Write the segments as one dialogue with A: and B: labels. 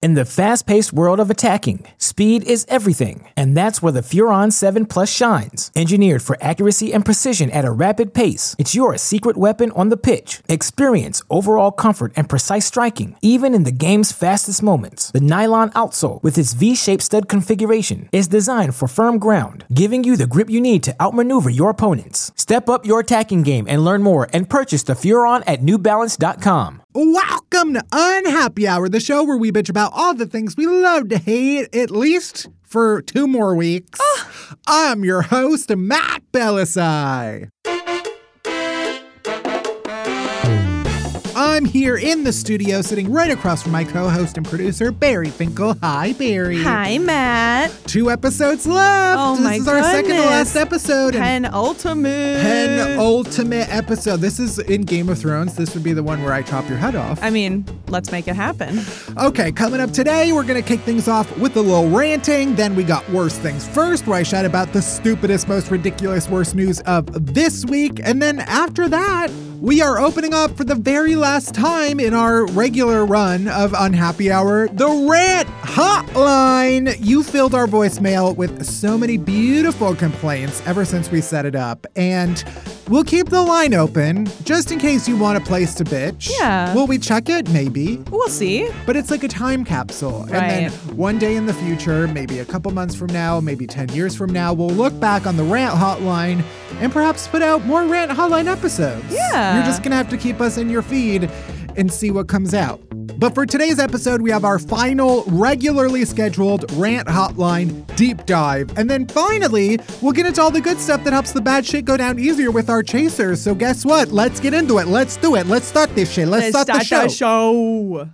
A: In the fast paced world of attacking, speed is everything, and that's where the Furon 7 Plus shines. Engineered for accuracy and precision at a rapid pace, it's your secret weapon on the pitch. Experience overall comfort and precise striking, even in the game's fastest moments. The nylon outsole, with its V shaped stud configuration, is designed for firm ground, giving you the grip you need to outmaneuver your opponents. Step up your attacking game and learn more and purchase the Furon at newbalance.com.
B: Welcome to Unhappy Hour, the show where we bitch about all the things we love to hate, at least for two more weeks. I'm your host, Matt Belisai. I'm here in the studio, sitting right across from my co host and producer, Barry Finkel. Hi, Barry.
C: Hi, Matt.
B: Two episodes left.
C: Oh,
B: this
C: my
B: is our second to
C: goodness.
B: last episode. and
C: Penultimate.
B: Penultimate episode. This is in Game of Thrones. This would be the one where I chop your head off.
C: I mean, let's make it happen.
B: Okay, coming up today, we're going to kick things off with a little ranting. Then we got Worst Things First, where I shout about the stupidest, most ridiculous, worst news of this week. And then after that, we are opening up for the very last time in our regular run of Unhappy Hour, the Rant Hotline. You filled our voicemail with so many beautiful complaints ever since we set it up. And we'll keep the line open just in case you want a place to bitch.
C: Yeah.
B: Will we check it? Maybe
C: We'll see.
B: but it's like a time capsule. And then one day in the future, maybe a couple months from now, maybe 10 years from now, we'll look back on the Rant Hotline and perhaps put out more Rant Hotline episodes.
C: Yeah.
B: You're just going to have to keep us in your feed and see what comes out. But for today's episode, we have our final regularly scheduled Rant Hotline deep dive. And then finally, we'll get into all the good stuff that helps the bad shit go down easier with our chasers. So guess what? Let's get into it. Let's do it. Let's start this shit. Let's, start, the show.
C: the show.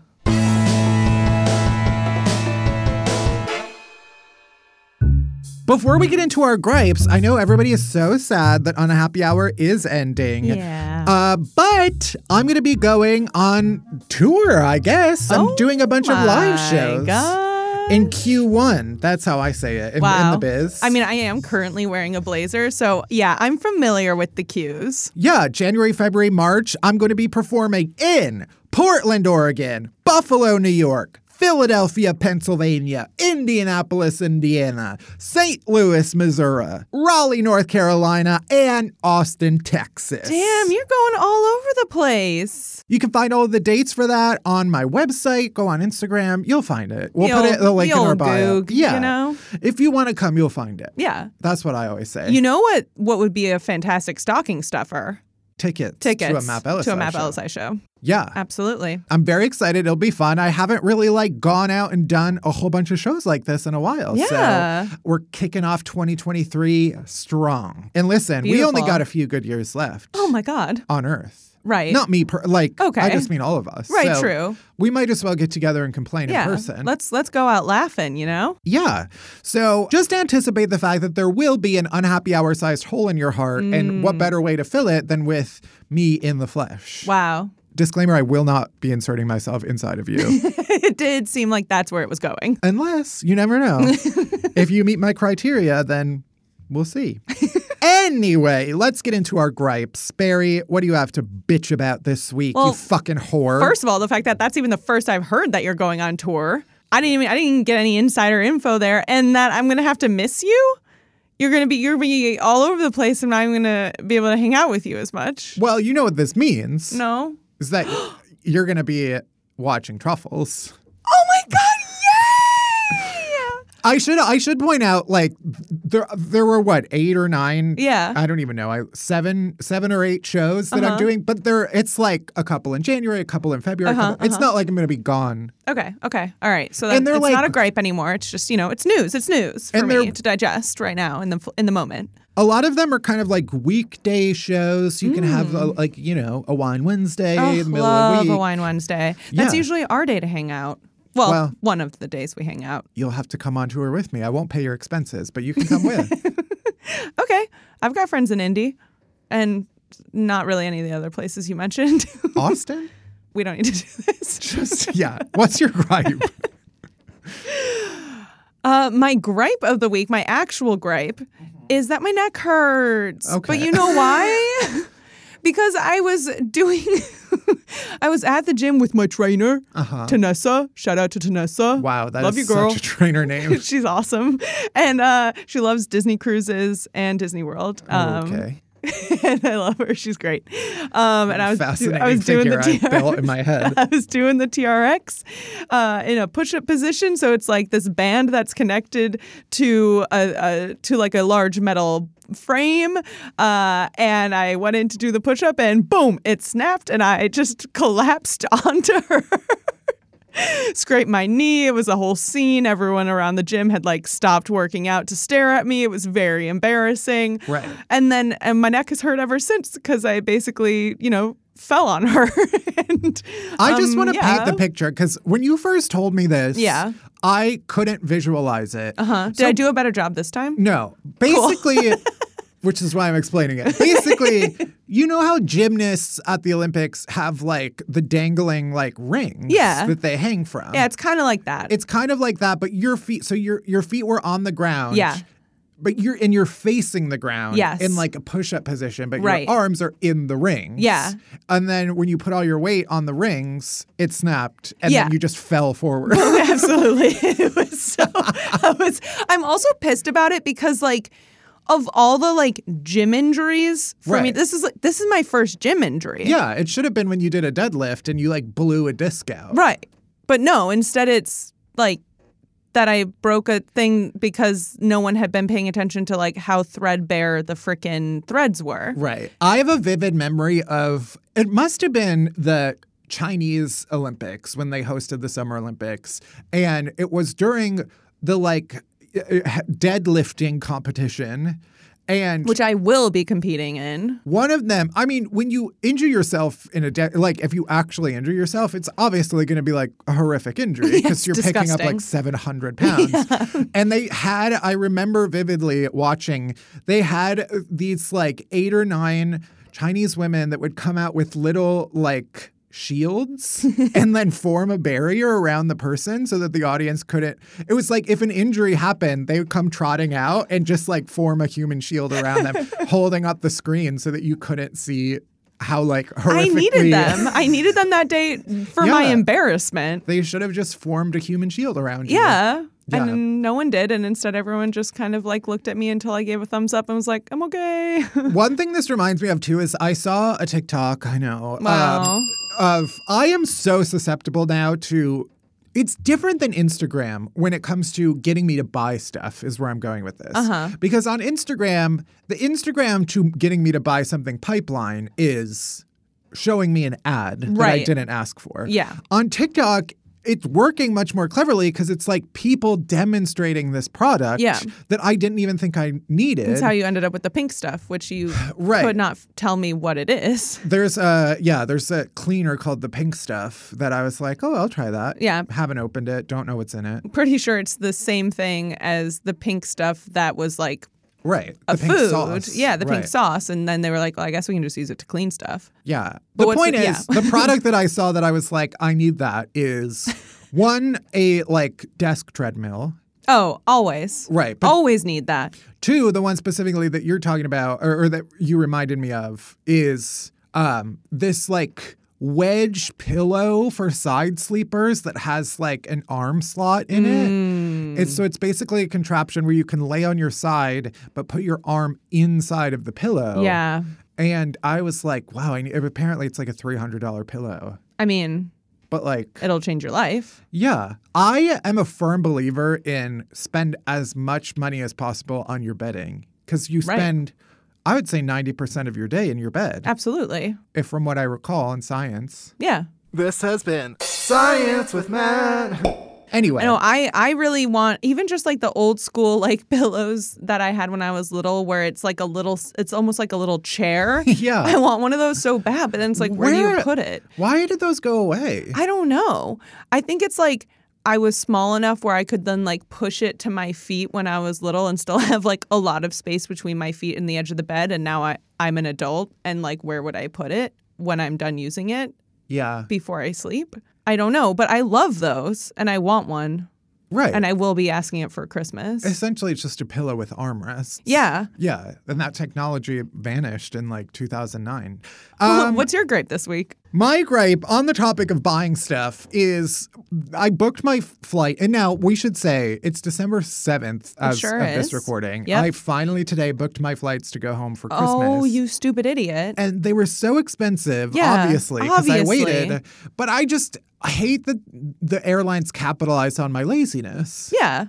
B: Before we get into our gripes, I know everybody is so sad that Unhappy Hour is ending.
C: Yeah.
B: Uh, but I'm going to be going on tour, I guess. I'm
C: Oh
B: doing a bunch of live
C: my
B: shows.
C: God.
B: In Q1. That's how I say it in, in
C: wow.
B: the biz.
C: I mean, I am currently wearing a blazer, so yeah, I'm familiar with the cues.
B: yeah, January, February, March, I'm going to be performing in Portland, Oregon, Buffalo, New York. Philadelphia, Pennsylvania, Indianapolis, Indiana, St. Louis, Missouri, Raleigh, North Carolina, and Austin, Texas.
C: Damn, you're going all over the place.
B: You can find all of the dates for that on my website. Go on Instagram. You'll find it. We'll
C: The
B: put
C: old-
B: it the link
C: the
B: in our
C: old
B: bio.
C: goog, you
B: yeah.
C: know?
B: If you want to come, you'll find it.
C: Yeah.
B: That's what I always say.
C: You know what? What would be a fantastic stocking stuffer?
B: tickets,
C: Tickets
B: to a Map Ellis.
C: to a Matt
B: show.
C: Belisai show.
B: Yeah.
C: Absolutely.
B: I'm very excited. It'll be fun. I haven't really like gone out and done a whole bunch of shows like this in a while.
C: Yeah.
B: So we're kicking off 2023 strong. And listen, we only
C: Beautiful.
B: got a few good years left
C: Oh my God.
B: on Earth.
C: Right.
B: Not me, per- like I
C: Okay.
B: just mean all of us.
C: Right,
B: So
C: true.
B: We might as well get together and complain
C: yeah.
B: in person.
C: Let's let's go out laughing, you know?
B: Yeah. So just anticipate the fact that there will be an unhappy hour sized hole in your heart. And
C: Mm.
B: what better way to fill it than with me in the flesh?
C: Wow.
B: Disclaimer I will not be inserting myself inside of you.
C: it did seem like that's where it was going.
B: Unless you never know. if you meet my criteria, then we'll see. anyway, let's get into our gripes. Barry, what do you have to bitch about this week, you
C: Well,
B: fucking whore?
C: First of all, the fact that that's even the first I've heard that you're going on tour. I didn't even I didn't even get any insider info there, and that I'm gonna have to miss you. You're gonna be you're gonna be all over the place, and I'm gonna be able to hang out with you as much.
B: well, you know what this means
C: No.
B: is that you're going to be watching Truffles.
C: Oh my God! Yay!
B: I should I should point out like there there were what eight or nine
C: Yeah. Uh-huh.
B: I don't even know I seven seven or eight shows that I'm doing but there it's like a couple in January a couple in February a
C: Uh-huh,
B: couple- it's not like I'm gonna be gone
C: Okay. Okay. All right. So that,
B: And they're
C: it's
B: like-
C: not a gripe anymore. It's just you know, it's news. It's news for
B: And they're-
C: me to digest right now in the fl- in the moment.
B: a lot of them are kind of like weekday shows you can have a, like you know a wine Wednesday
C: Oh,
B: in the middle
C: Mm. love
B: of the week
C: a wine Wednesday. That's
B: Yeah.
C: usually our day to hang out. Well,
B: Well-
C: one of the days we hang out.
B: you'll have to come on tour with me I won't pay your expenses but you can come with
C: Okay, I've got friends in Indy, and not really any of the other places you mentioned.
B: Austin
C: we don't need to do this.
B: yeah what's your gripe
C: Uh, my gripe of the week, my actual gripe, is that my neck hurts.
B: Mm-hmm. Okay.
C: But you know why? because I was doing, I was at the gym with my trainer, uh Tanessa. Shout out to Tanessa.
B: Uh-huh. wow that's
C: love you, girl.
B: such a trainer name
C: She's awesome, and uh, she loves Disney cruises and Disney World. Um,
B: Oh, okay.
C: and I love her. She's great. Um, and I was do-
B: Fascinating
C: I was doing the
B: figure I built in my head.
C: I was doing the TRX uh, in a push-up position, so it's like this band that's connected to a, a to like a large metal frame. Uh, and I went in to do the push-up, and boom, it snapped, and I just collapsed onto her. Scraped my knee. It was a whole scene. Everyone around the gym had like stopped working out to stare at me. It was very embarrassing.
B: Right.
C: And then and my neck has hurt ever since because I basically, you know, fell on her. and
B: I just
C: um,
B: want to
C: yeah.
B: paint the picture because when you first told me this,
C: Yeah.
B: I couldn't visualize it.
C: Huh. Uh-huh. Did I do a better job this time?
B: No, basically, which is why I'm explaining it. Basically, you know how gymnasts at the Olympics have like the dangling like rings
C: Yeah.
B: that they hang from.
C: Yeah, it's kind of like that.
B: it's kind of like that, but your feet. So your your feet were on the ground.
C: Yeah.
B: But you're and you're facing the ground
C: Yes.
B: in like a push-up position, but
C: Right.
B: your arms are in the rings.
C: Yeah.
B: And then when you put all your weight on the rings, it snapped, and
C: Yeah.
B: then you just fell forward.
C: Absolutely. It was so I was I'm also pissed about it because like of all the like gym injuries for me,
B: Right.
C: this is like this is my first gym injury.
B: yeah, it should have been when you did a deadlift and you like blew a disc out.
C: Right. But no, instead it's like that I broke a thing because no one had been paying attention to like how threadbare the frickin' threads were.
B: Right. I have a vivid memory of it must have been the Chinese Olympics when they hosted the Summer Olympics and it was during the like deadlifting competition and
C: Which I will be competing in.
B: one of them, I mean, when you injure yourself in a de- like if you actually injure yourself, it's obviously going to be like a horrific injury because you're picking up
C: disgusting.
B: like 700 pounds. And they had, I remember vividly watching, they had these like eight or nine Chinese women that would come out with little like shields and then form a barrier around the person so that the audience couldn't it was like if an injury happened they would come trotting out and just like form a human shield around them holding up the screen so that you couldn't see how like
C: I
B: horrifically
C: needed them. I needed them that day for my
B: Yeah.
C: embarrassment.
B: they should have just formed a human shield around you
C: Yeah.
B: Yeah.
C: And no one did. And instead, everyone just kind of like looked at me until I gave a thumbs up and was like, I'm okay.
B: One thing this reminds me of too is I saw a TikTok, I know, um,
C: Wow.
B: of I am so susceptible now to it's different than Instagram when it comes to getting me to buy stuff is where I'm going with this. Uh-huh. Because on Instagram, the Instagram to getting me to buy something pipeline is showing me an ad that I
C: Right.
B: didn't ask for.
C: Yeah.
B: On TikTok, it's working much more cleverly because it's like people demonstrating this product
C: Yeah.
B: that I didn't even think I needed.
C: That's how you ended up with the pink stuff, which you
B: Right.
C: could not f- tell me what it is.
B: There's a yeah, there's a cleaner called the pink stuff that I was like, oh, I'll try that.
C: Yeah.
B: haven't opened it, don't know what's in it.
C: Pretty sure it's the same thing as the pink stuff that was like
B: Right,
C: a
B: the pink
C: food.
B: sauce.
C: Yeah, the pink
B: Right.
C: sauce. And then they were like, well, I guess we can just use it to clean stuff.
B: Yeah, the
C: But what's
B: point
C: the-
B: is, the product that I saw that I was like, I need that is one a like desk treadmill.
C: Oh, always.
B: Right, but-
C: always need that.
B: Two, the one specifically that you're talking about, or, or that you reminded me of, is um, this like wedge pillow for side sleepers that has like an arm slot in
C: Mm.
B: it. It's, so it's basically a contraption where you can lay on your side but put your arm inside of the pillow.
C: Yeah.
B: And I was like, wow, I, apparently it's like a $300 pillow.
C: I mean,
B: but like
C: It'll change your life.
B: yeah, I am a firm believer in spend as much money as possible on your bedding because you
C: Right.
B: spend, I would say, 90% of your day in your bed,
C: Absolutely.
B: if from what I recall in science.
C: Yeah.
D: This has been Science with Matt.
B: Anyway,
C: No, I I really want even just like the old school like pillows that I had when I was little, where it's like a little, it's almost like a little chair.
B: Yeah.
C: I want one of those so bad, but then it's like, where, do you put it?
B: Why did those go away?
C: I don't know. I think it's like I was small enough where I could then like push it to my feet when I was little and still have like a lot of space between my feet and the edge of the bed. And now I I'm an adult and like where would I put it when I'm done using it
B: yeah.
C: before I sleep? I don't know, but I love those and I want one.
B: Right.
C: and I will be asking it for Christmas.
B: Essentially, it's just a pillow with armrests.
C: yeah.
B: Yeah. And that technology vanished in like 2009.
C: What's your gripe this week?
B: Um, My gripe on the topic of buying stuff is I booked my f- flight, and now we should say it's December 7th as
C: sure
B: of this
C: is.
B: recording.
C: Yep.
B: I finally today booked my flights to go home for Christmas.
C: Oh, you stupid idiot.
B: and they were so expensive,
C: Yeah,
B: obviously, because I
C: obviously.
B: waited. But I just hate that the airlines capitalize on my laziness.
C: yeah.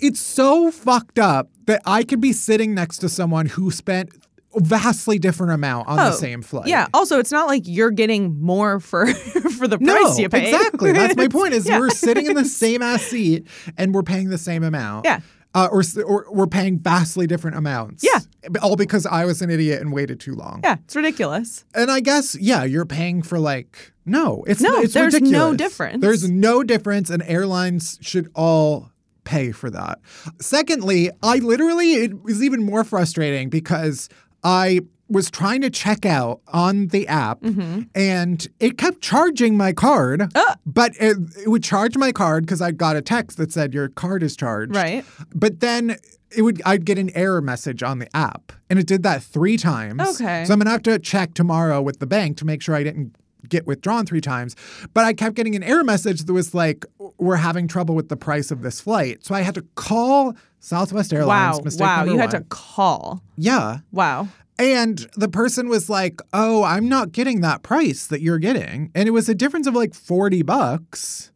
B: It's so fucked up that I could be sitting next to someone who spent a vastly different amount on the
C: Oh,
B: same flight.
C: Yeah. Also, it's not like you're getting more for for the
B: No,
C: price you pay.
B: exactly. That's my point. Is
C: Yeah.
B: we're sitting in the same ass seat and we're paying the same amount.
C: Yeah.
B: Uh, or, s- or or paying vastly different amounts.
C: Yeah.
B: All because I was an idiot and waited too long.
C: Yeah, it's ridiculous.
B: And I guess yeah, you're paying for like no, it's
C: No,
B: it's
C: there's no
B: ridiculous.
C: difference.
B: There's no difference, and airlines should all pay for that. Secondly, I literally it was even more frustrating because I was trying to check out on the app and it kept charging my card but it, it would charge my card because i got a text that said your card is charged
C: Right.
B: but then it would i'd get an error message on the app and it did that three times
C: Okay.
B: so I'm gonna have to check tomorrow with the bank to make sure I didn't get withdrawn three times. But I kept getting an error message that was like, "We're having trouble with the price of this flight." So I had to call Southwest Airlines.
C: Wow.
B: Mistake
C: Wow.
B: number
C: You had to
B: one.
C: call.
B: Yeah.
C: Wow.
B: And the person was like, "Oh, I'm not getting that price that you're getting," and it was a difference of like forty bucks.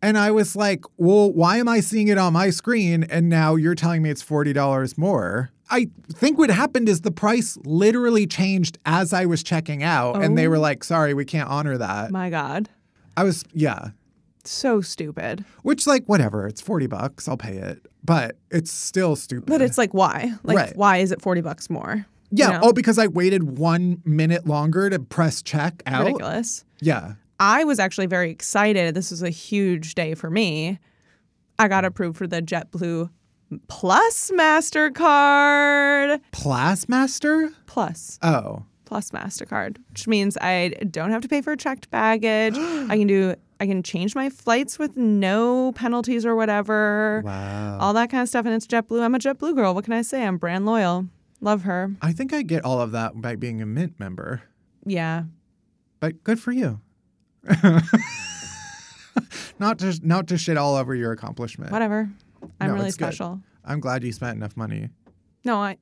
B: And I was like, "Well, why am I seeing it on my screen and now you're telling me it's forty dollars more?" I think what happened is the price literally changed as I was checking out, and they were like, "Sorry, we can't honor that."
C: Oh. My God.
B: I was, yeah,
C: So stupid.
B: which like whatever, it's forty bucks, I'll pay it, but it's still stupid.
C: But it's like why? Like
B: Right.
C: why is it forty bucks more? You
B: yeah,
C: know?
B: oh, because I waited one minute longer to press check out.
C: ridiculous.
B: Yeah.
C: I was actually very excited. This was a huge day for me. I got approved for the JetBlue Plus MasterCard.
B: Plasmaster?
C: Plus,
B: Oh.
C: plus MasterCard, which means I don't have to pay for checked baggage. I can do I can change my flights with no penalties or whatever.
B: Wow.
C: All that kind of stuff. And it's JetBlue. I'm a JetBlue girl. What can I say? I'm brand loyal. Love her.
B: I think I get all of that by being a Mint member,
C: Yeah.
B: but good for you. not to not to shit all over your accomplishment.
C: Whatever. I'm
B: No,
C: really
B: it's good.
C: special.
B: I'm glad you spent enough money.
C: No, I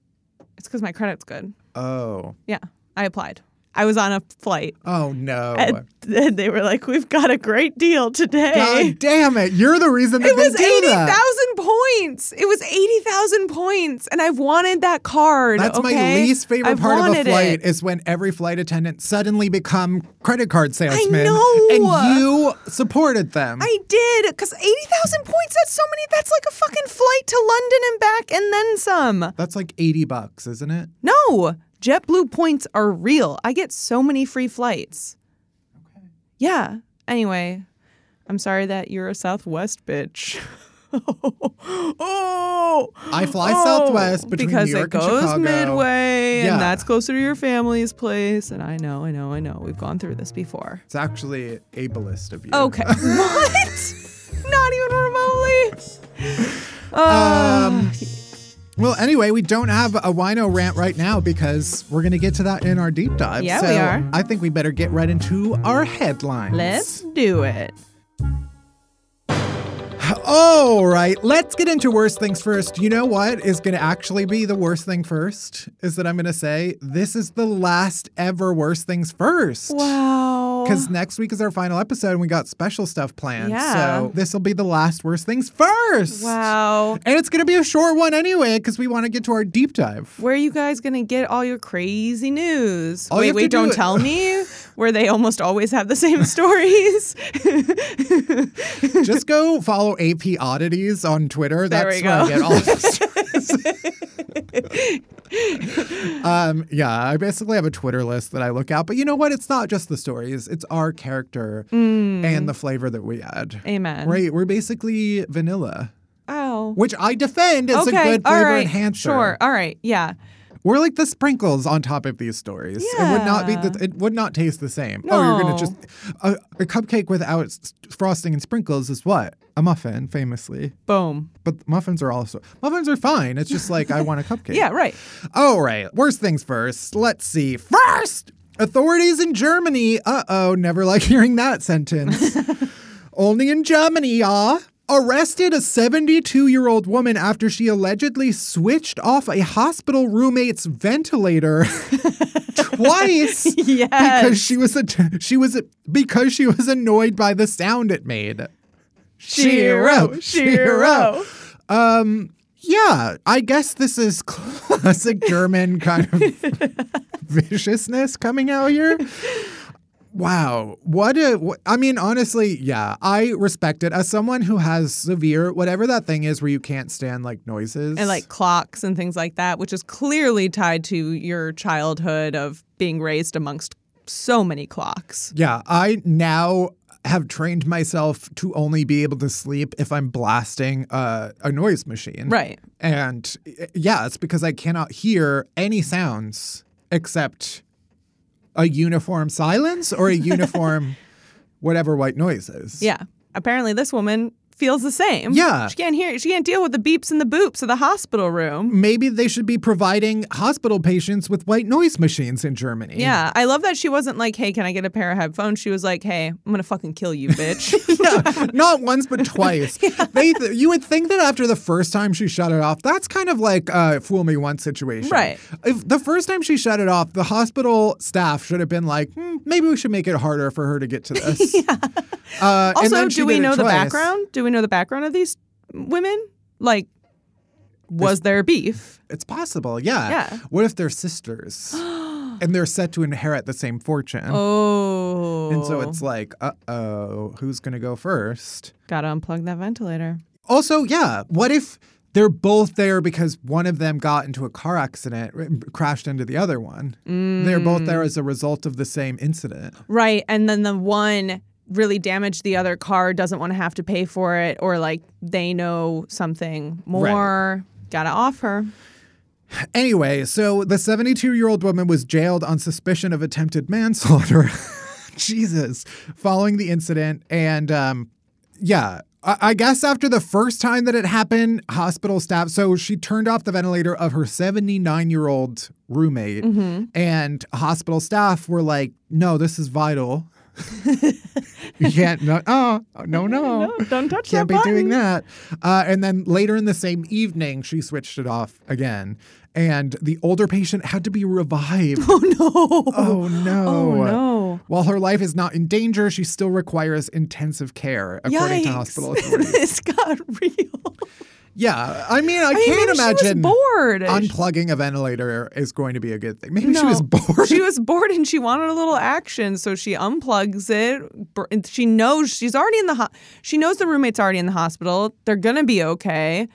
C: it's because my credit's good.
B: Oh.
C: Yeah. I applied. I was on a flight
B: Oh no.
C: And then they were like, "We've got a great deal today."
B: God damn it. You're the reason that
C: it
B: they
C: was
B: do
C: eighty
B: that.
C: thousand points. It was eighty thousand points, and I've wanted that card.
B: That's my
C: okay?
B: least favorite
C: I've
B: part of a
C: wanted
B: flight
C: it.
B: is when every flight attendant suddenly become credit card salesmen.
C: know.
B: And you supported them.
C: I did because eighty thousand points. That's so many. That's like a fucking flight to London and back, and then some.
B: That's like 80 bucks, isn't it?
C: No, JetBlue points are real. I get so many free flights. Yeah. Anyway, I'm sorry that you're a Southwest bitch. oh,
B: I fly
C: Oh,
B: Southwest between
C: because
B: New York
C: it
B: and
C: goes
B: Chicago.
C: midway,
B: Yeah.
C: and that's closer to your family's place. And I know, I know, I know. We've gone through this before.
B: It's actually ableist of you.
C: Okay, what? Not even remotely.
B: Um,
C: Oh.
B: well, anyway, we don't have a wino rant right now because we're going to get to that in our deep dive.
C: Yeah,
B: so
C: we are.
B: I think we better get right into our headlines.
C: Let's do it.
B: All right, let's get into worst things first. You know what is going to actually be the worst thing first? Is that I'm going to say this is the last ever worst things first.
C: Wow.
B: Because next week is our final episode and we got special stuff planned.
C: Yeah.
B: So this will be the last worst things first.
C: Wow.
B: And it's going to be a short one anyway because we want to get to our deep dive.
C: Where are you guys gonna get all your crazy news?
B: All you
C: wait,
B: have to
C: wait,
B: do
C: don't
B: is-
C: tell me. Where they almost always have the same stories.
B: Just go follow AP Oddities on Twitter.
C: There
B: That's
C: we
B: where I
C: go.
B: get all the stories. um, yeah, I basically have a Twitter list that I look out. But you know what? It's not just the stories, it's our character and the flavor that we add.
C: Mm. Amen.
B: Right? We're basically vanilla,
C: Oh.
B: which I defend as
C: okay.
B: a good
C: all
B: flavor
C: right.
B: enhancer.
C: Sure. All right. Yeah.
B: We're like the sprinkles on top of these stories. It would not be
C: Yeah.
B: the, it would not taste the same. Oh, you're gonna
C: No.
B: just a, a cupcake without s- frosting and sprinkles is what a muffin, famously.
C: Boom.
B: But muffins are also muffins are fine. It's just like I want a cupcake.
C: Yeah. Right.
B: All right. Worst things first. Let's see. First, authorities in Germany. Uh oh. Never like hearing that sentence. Only in Germany, ah. Arrested a 72 year old woman after she allegedly switched off a hospital roommate's ventilator twice
C: Yes.
B: because she was a, she was a, because she was annoyed by the sound it made.
C: Shiro. Shiro.
B: Um, Yeah, I guess this is classic German kind of viciousness coming out here. Wow, what a wh- I mean honestly, yeah, I respect it as someone who has severe whatever that thing is where you can't stand like noises.
C: and like clocks and things like that, which is clearly tied to your childhood of being raised amongst so many clocks.
B: Yeah, I now have trained myself to only be able to sleep if I'm blasting uh, a noise machine.
C: Right.
B: And uh, yeah, it's because I cannot hear any sounds except a uniform silence or a uniform whatever white noise is.
C: Yeah. Apparently, this woman feels the same.
B: Yeah.
C: She can't hear. She can't deal with the beeps and the boops of the hospital room.
B: Maybe they should be providing hospital patients with white noise machines in Germany.
C: Yeah, I love that she wasn't like, "Hey, can I get a pair of headphones?" She was like, "Hey, I'm gonna fucking kill you, bitch."
B: yeah, not once but twice. They th- you would think that after the first time she shut it off, that's kind of like a fool me once situation.
C: Right.
B: If the first time she shut it off, the hospital staff should have been like, hmm, maybe we should make it harder for her to get to this. uh, and
C: also,
B: then she
C: do we
B: did it
C: know the
B: twice.
C: background? Do we know the background of these women? Like, was there beef?
B: It's possible, yeah.
C: Yeah.
B: What if they're sisters and they're set to inherit the same fortune?
C: Oh,
B: And so it's like, uh oh, who's going to go first?
C: gotta unplug that ventilator.
B: Also, yeah, what if they're both there because one of them got into a car accident, r- crashed into the other one? They're both
C: Mm.
B: there as a result of the same incident.
C: Right. And then the one really damaged the other car, doesn't want to have to pay for it, or like they know something more. Gotta off her.
B: Anyway, so the 72 year old woman was jailed on suspicion of attempted manslaughter. Jesus. Following the incident. And um, yeah, I-, I guess after the first time that it happened, hospital staff, so she turned off the ventilator of her 79 year old roommate, and hospital staff were like, no, this is vital. you can't, no, oh, no, no.
C: Don't touch
B: Can't be doing that. Uh, and then later in the same evening, she switched it off again. And the older patient had to be revived.
C: Oh no.
B: Oh, no.
C: Oh, no.
B: While her life is not in danger, she still requires intensive care, according to hospital authorities.
C: this got real.
B: yeah. I mean, I,
C: mean,
B: can't
C: maybe she was
B: imagine
C: bored.
B: unplugging a ventilator is going to be a good thing. Maybe she
C: No.
B: was bored.
C: She was bored and she wanted a little action, so she unplugs it. br- and She knows she's already in the ho- she knows the roommate's already in the hospital. They're gonna be okay.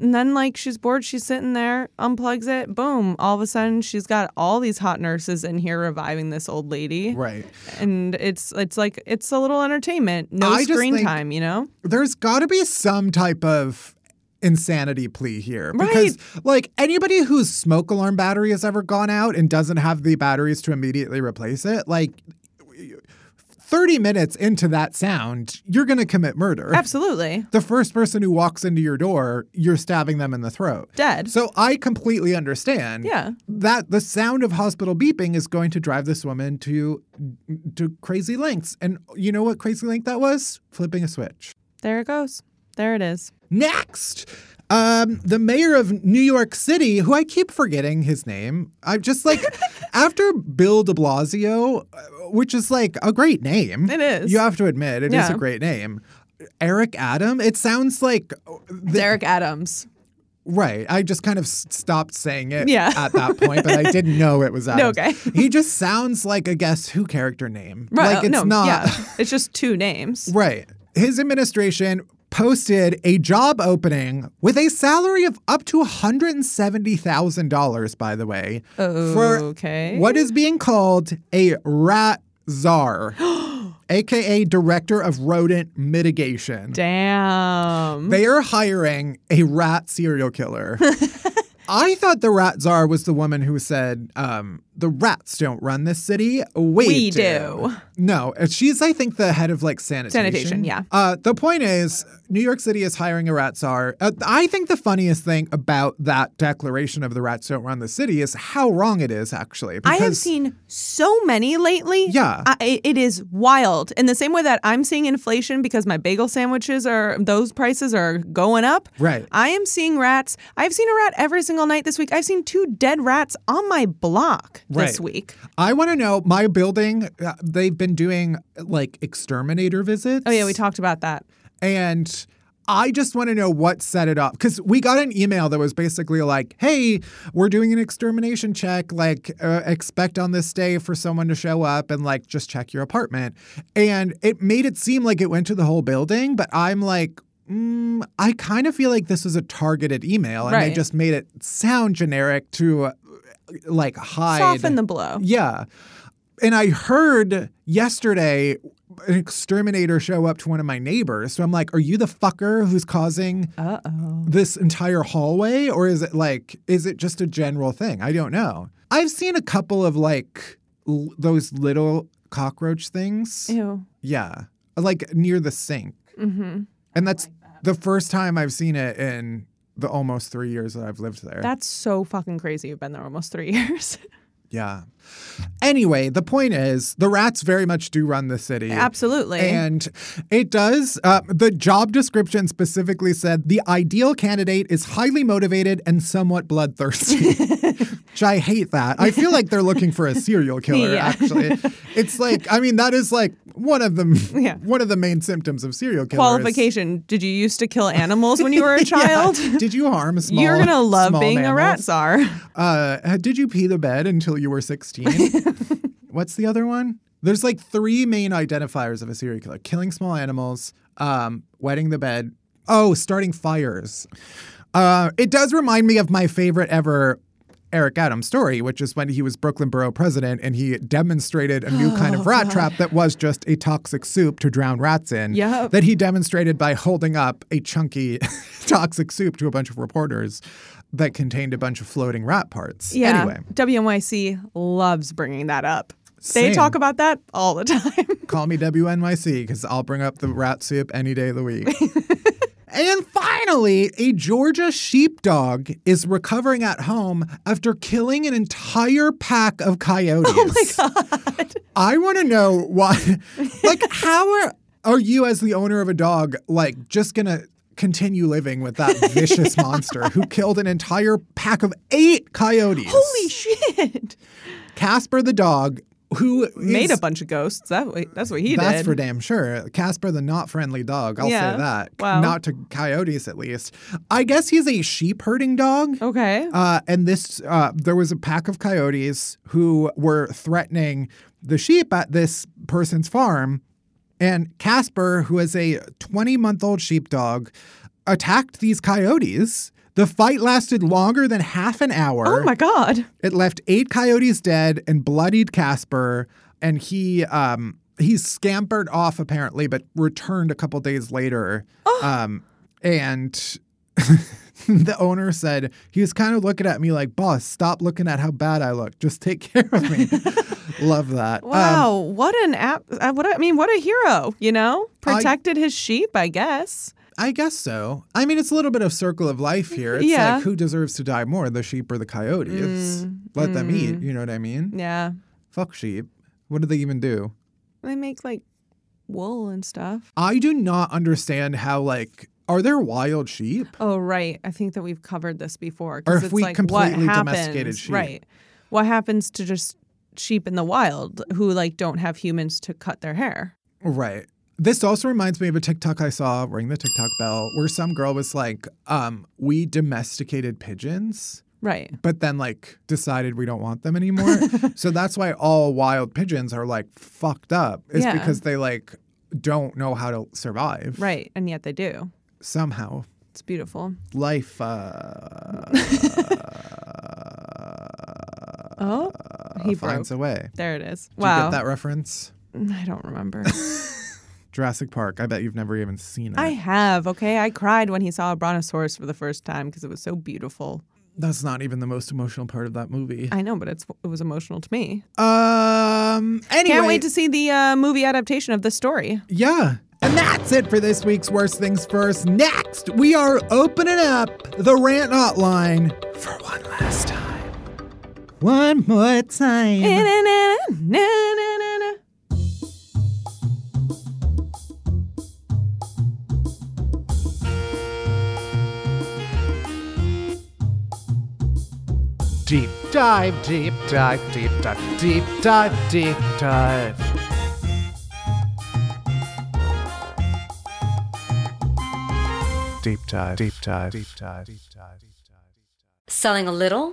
C: And then like she's bored, she's sitting there, unplugs it, boom. All of a sudden she's got all these hot nurses in here reviving this old lady.
B: right.
C: And it's it's like it's a little entertainment. No
B: I just
C: screen
B: think-
C: time, you know?
B: there's got to be some type of insanity plea here because like anybody whose smoke alarm battery has ever gone out and doesn't have the batteries to immediately replace it like 30 minutes into that sound you're going to commit murder
C: Absolutely.
B: the first person who walks into your door you're stabbing them in the throat
C: Dead.
B: so i completely understand
C: Yeah.
B: that the sound of hospital beeping is going to drive this woman to to crazy lengths and you know what crazy length that was flipping a switch
C: There it goes. There it is.
B: Next, Um, the mayor of New York City, who I keep forgetting his name, I'm just like, after Bill de Blasio, uh, which is like a great name.
C: It is.
B: You have to admit, it is
C: Yeah.
B: a great name. Eric Adam, it sounds like, uh,
C: Derek Adams.
B: right. I just kind of s- stopped saying it
C: Yeah.
B: at that point, but I didn't know it was Adam.
C: okay.
B: He just sounds like a Guess Who character name.
C: Right. uh,
B: Like it's
C: no,
B: not.
C: Yeah. It's just two names.
B: Right. His administration posted a job opening with a salary of up to $170,000, by the way,
C: Okay.
B: for what is being called a rat czar, aka director of rodent mitigation.
C: Damn.
B: They are hiring a rat serial killer. I thought the rat czar was the woman who said, um, the rats don't run this city. We,
C: We do.
B: No, uh, she's, I think, the head of like sanitation.
C: Sanitation, yeah.
B: Uh, the point is, New York City is hiring a rat czar. Uh, I think the funniest thing about that declaration of the rats don't run the city is how wrong it is, actually.
C: I have
B: because-
C: seen so many lately.
B: Yeah.
C: I, it is wild. In the same way that I'm seeing inflation because my bagel sandwiches are, those prices are going up.
B: Right.
C: I am seeing rats. I've seen a rat every single night this week. I've seen two dead rats on my block this
B: Right.
C: week.
B: I want to know my building, uh, they've been doing like exterminator visits.
C: Oh, yeah, we talked about that.
B: And I just want to know what set it up because we got an email that was basically like, "Hey, we're doing an extermination check. Like, uh, expect on this day for someone to show up and like just check your apartment." And it made it seem like it went to the whole building, but I'm like. Mm, I kind of feel like this was a targeted email, and they
C: Right.
B: just made it sound generic to uh, like hide
C: Soften the blow.
B: yeah. And I heard yesterday an exterminator show up to one of my neighbors. So I'm like, are you the fucker who's causing this entire hallway? Or is it like, is it just a general thing? I don't know. I've seen a couple of like l- those little cockroach things.
C: Ew.
B: Yeah. Like near the sink. Mm-hmm. And that's the first time I've seen it in the almost three years that I've lived there.
C: That's so fucking crazy. You've been there almost three years.
B: Yeah. Anyway, the point is the rats very much do run the city.
C: Absolutely.
B: And it does. Uh, the job description specifically said the ideal candidate is highly motivated and somewhat bloodthirsty, which I hate that. I feel like they're looking for a serial killer,
C: Yeah.
B: actually. It's like, I mean, that is like one of the
C: Yeah.
B: one of the main symptoms of serial killers.
C: Qualification. Did you used to kill animals when you were a child?
B: Yeah. Did you harm small
C: You're going to love
B: small
C: being a rat
B: mammals?
C: czar.
B: Uh, did you pee the bed until you were 16? What's the other one? There's like three main identifiers of a serial killer killing small animals, um, wetting the bed, oh, starting fires. Uh, it does remind me of my favorite ever Eric Adams story, which is when he was Brooklyn Borough president and he demonstrated a new kind of rat trap that was just a toxic soup to drown rats in.
C: Yep.
B: That he demonstrated by holding up a chunky toxic soup to a bunch of reporters that contained a bunch of floating rat parts.
C: Yeah.
B: Anyway,
C: WNYC loves bringing that up.
B: Same.
C: They talk about that all the time.
B: call me WNYC because I'll bring up the rat soup any day of the week. and finally, a Georgia sheepdog is recovering at home after killing an entire pack of coyotes. Oh my God. I want to know why. Like, how are, are you, as the owner of a dog, like just going to continue living with that vicious monster who killed an entire pack of eight coyotes?
C: Holy shit.
B: Casper the dog. Who
C: Made
B: is-
C: a bunch of ghosts. That way, that's what he
B: that's
C: did.
B: for damn sure. Casper the not friendly dog. I'll say
C: Yeah.
B: that.
C: Wow.
B: Not to coyotes, at least. I guess he's a sheep herding dog.
C: okay.
B: Uh, and this, uh, there was a pack of coyotes who were threatening the sheep at this person's farm. And Casper, who is a 20 month old sheepdog, attacked these coyotes. The fight lasted longer than half an hour.
C: oh my God.
B: It left eight coyotes dead and bloodied Casper, and he um he scampered off apparently, but returned a couple days later.
C: Oh.
B: Um, and the owner said he was kind of looking at me like, "Boss, stop looking at how bad I look. Just take care of me." Love that. Um,
C: Wow. what an app. uh, What a, I mean, what a hero, you know?
B: I-
C: Protected his sheep, I guess.
B: I guess so. I mean, it's a little bit of circle of life here. It's
C: Yeah. Mm,
B: like who deserves to die more, the sheep or the coyotes? Let them eat. You know what I mean?
C: Yeah.
B: Fuck sheep. What do they even do?
C: They make like wool and stuff.
B: I do not understand how like Are there wild sheep?
C: Oh, right. I think that we've covered this before.
B: Or
C: 'cause
B: if
C: it's
B: we
C: like,
B: completely
C: what happens,
B: domesticated sheep.
C: Right. What happens to just sheep in the wild who like don't have humans to cut their hair?
B: Right. This also reminds me of a TikTok I saw, ring the TikTok bell, where some girl was like, um, we domesticated pigeons,
C: Right.
B: but then like decided we don't want them anymore. so that's why all wild pigeons are like fucked up. It's
C: Yeah.
B: because they like don't know how to survive.
C: Right. And yet they do.
B: Somehow.
C: It's beautiful.
B: Life uh
C: Oh, he broke.
B: Uh, finds a way.
C: There it is.
B: Do you
C: Wow. Mm,
B: get that reference?
C: I don't remember.
B: Jurassic Park. I bet you've never even seen it.
C: I have. Okay. I cried when he saw a brontosaurus for the first time because it was so beautiful.
B: That's not even the most emotional part of that movie.
C: I know, but it's it was emotional to me.
B: Um anyway.
C: Can't wait to see the uh, movie adaptation of the story.
B: Yeah. And that's it for this week's Worst Things First. Next, we are opening up the rant hotline for one last time. One more time.
C: Na-na-na-na-na-na-na.
D: Deep dive, deep dive, deep dive, deep dive, deep dive. Deep dive, deep dive, deep dive, deep dive, deep dive.
E: Selling a little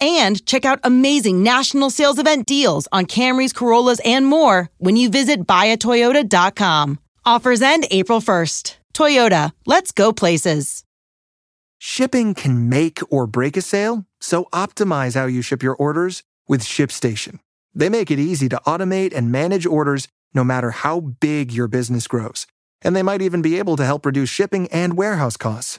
F: and check out amazing national sales event deals on Camrys, Corollas, and more when you visit buyatoyota.com. Offers end April 1st. Toyota, let's go places.
G: Shipping can make or break a sale, so optimize how you ship your orders with ShipStation. They make it easy to automate and manage orders no matter how big your business grows. And they might even be able to help reduce shipping and warehouse costs.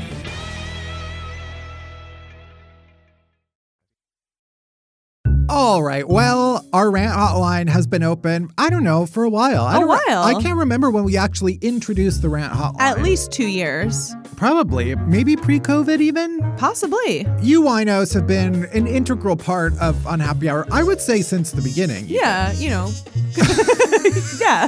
B: All All right. Well, our rant hotline has been open, I don't know, for a while. I
C: A
B: don't re-
C: while?
B: I can't remember when we actually introduced the rant hotline.
C: At least two years,
B: Probably. Maybe pre COVID, even?
C: possibly.
B: You winos have been an integral part of Unhappy Hour, I would say, since the beginning.
C: Yeah, you know. yeah,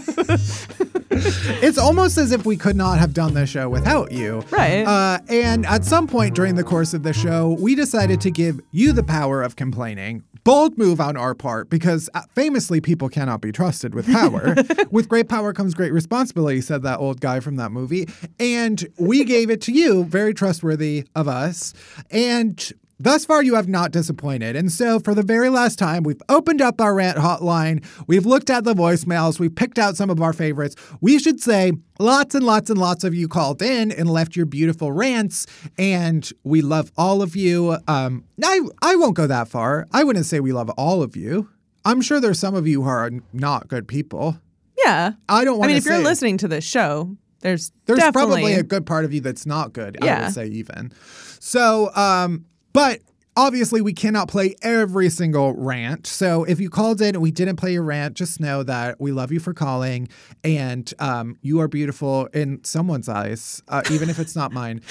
B: It's almost as if we could not have done this show without you.
C: right.
B: Uh, and at some point during the course of the show, we decided to give you the power of complaining. Bold move on our part because uh, famously people cannot be trusted with power. with great power comes great responsibility, said that old guy from that movie. And we gave it to you, very trustworthy of us. And Thus far, you have not disappointed. And so, for the very last time, we've opened up our rant hotline. We've looked at the voicemails. We've picked out some of our favorites. We should say lots and lots and lots of you called in and left your beautiful rants. And we love all of you. Um, I, I won't go that far. I wouldn't say we love all of you. I'm sure there's some of you who are not good people.
C: yeah.
B: I don't
C: I
B: want
C: mean,
B: to
C: if you're
B: say-
C: listening to this show, there's
B: there's
C: definitely
B: probably a good part of you that's not good, I
C: Yeah.
B: would say even. So, um, but obviously we cannot play every single rant. So if you called in and we didn't play your rant, just know that we love you for calling and um, you are beautiful in someone's eyes, uh, even if it's not mine.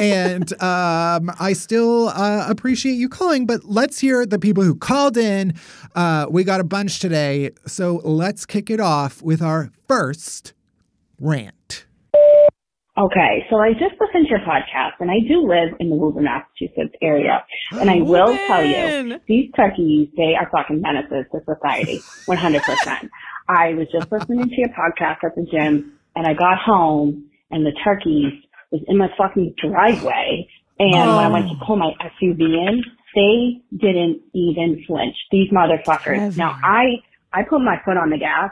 B: And um, I still uh, appreciate you calling, but let's hear the people who called in. Uh, we got a bunch today. So let's kick it off with our first rant.
H: Okay, so I just listened to your podcast, and I do live in the Woburn, Massachusetts area. And I will tell you,
C: Woburn!
H: these turkeys, they are fucking menaces to society, 100%. I was just listening to your podcast at the gym, and I got home, and the turkeys was in my fucking driveway. And when I went to pull my SUV in, they didn't even flinch. These motherfuckers. Now, I, I put my foot on the gas,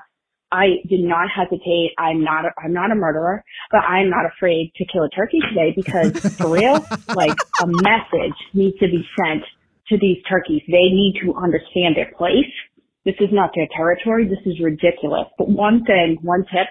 H: I did not hesitate. I'm not. A, I'm not a murderer, but I'm not afraid to kill a turkey today because, for real, like a message needs to be sent to these turkeys. They need to understand their place. This is not their territory. This is ridiculous. But one thing, one tip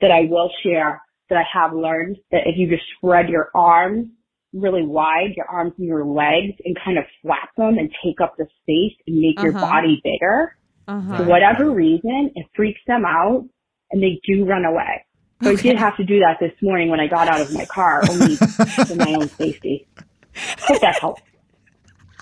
H: that I will share that I have learned that if you just spread your arms really wide, your arms and your legs, and kind of flap them and take up the space and make your
C: Uh-huh.
H: body bigger for
C: uh-huh.
H: whatever reason, it freaks them out and they do run away. So I did have to do that this morning when I got out of my car, only for my own safety. Hope that helps.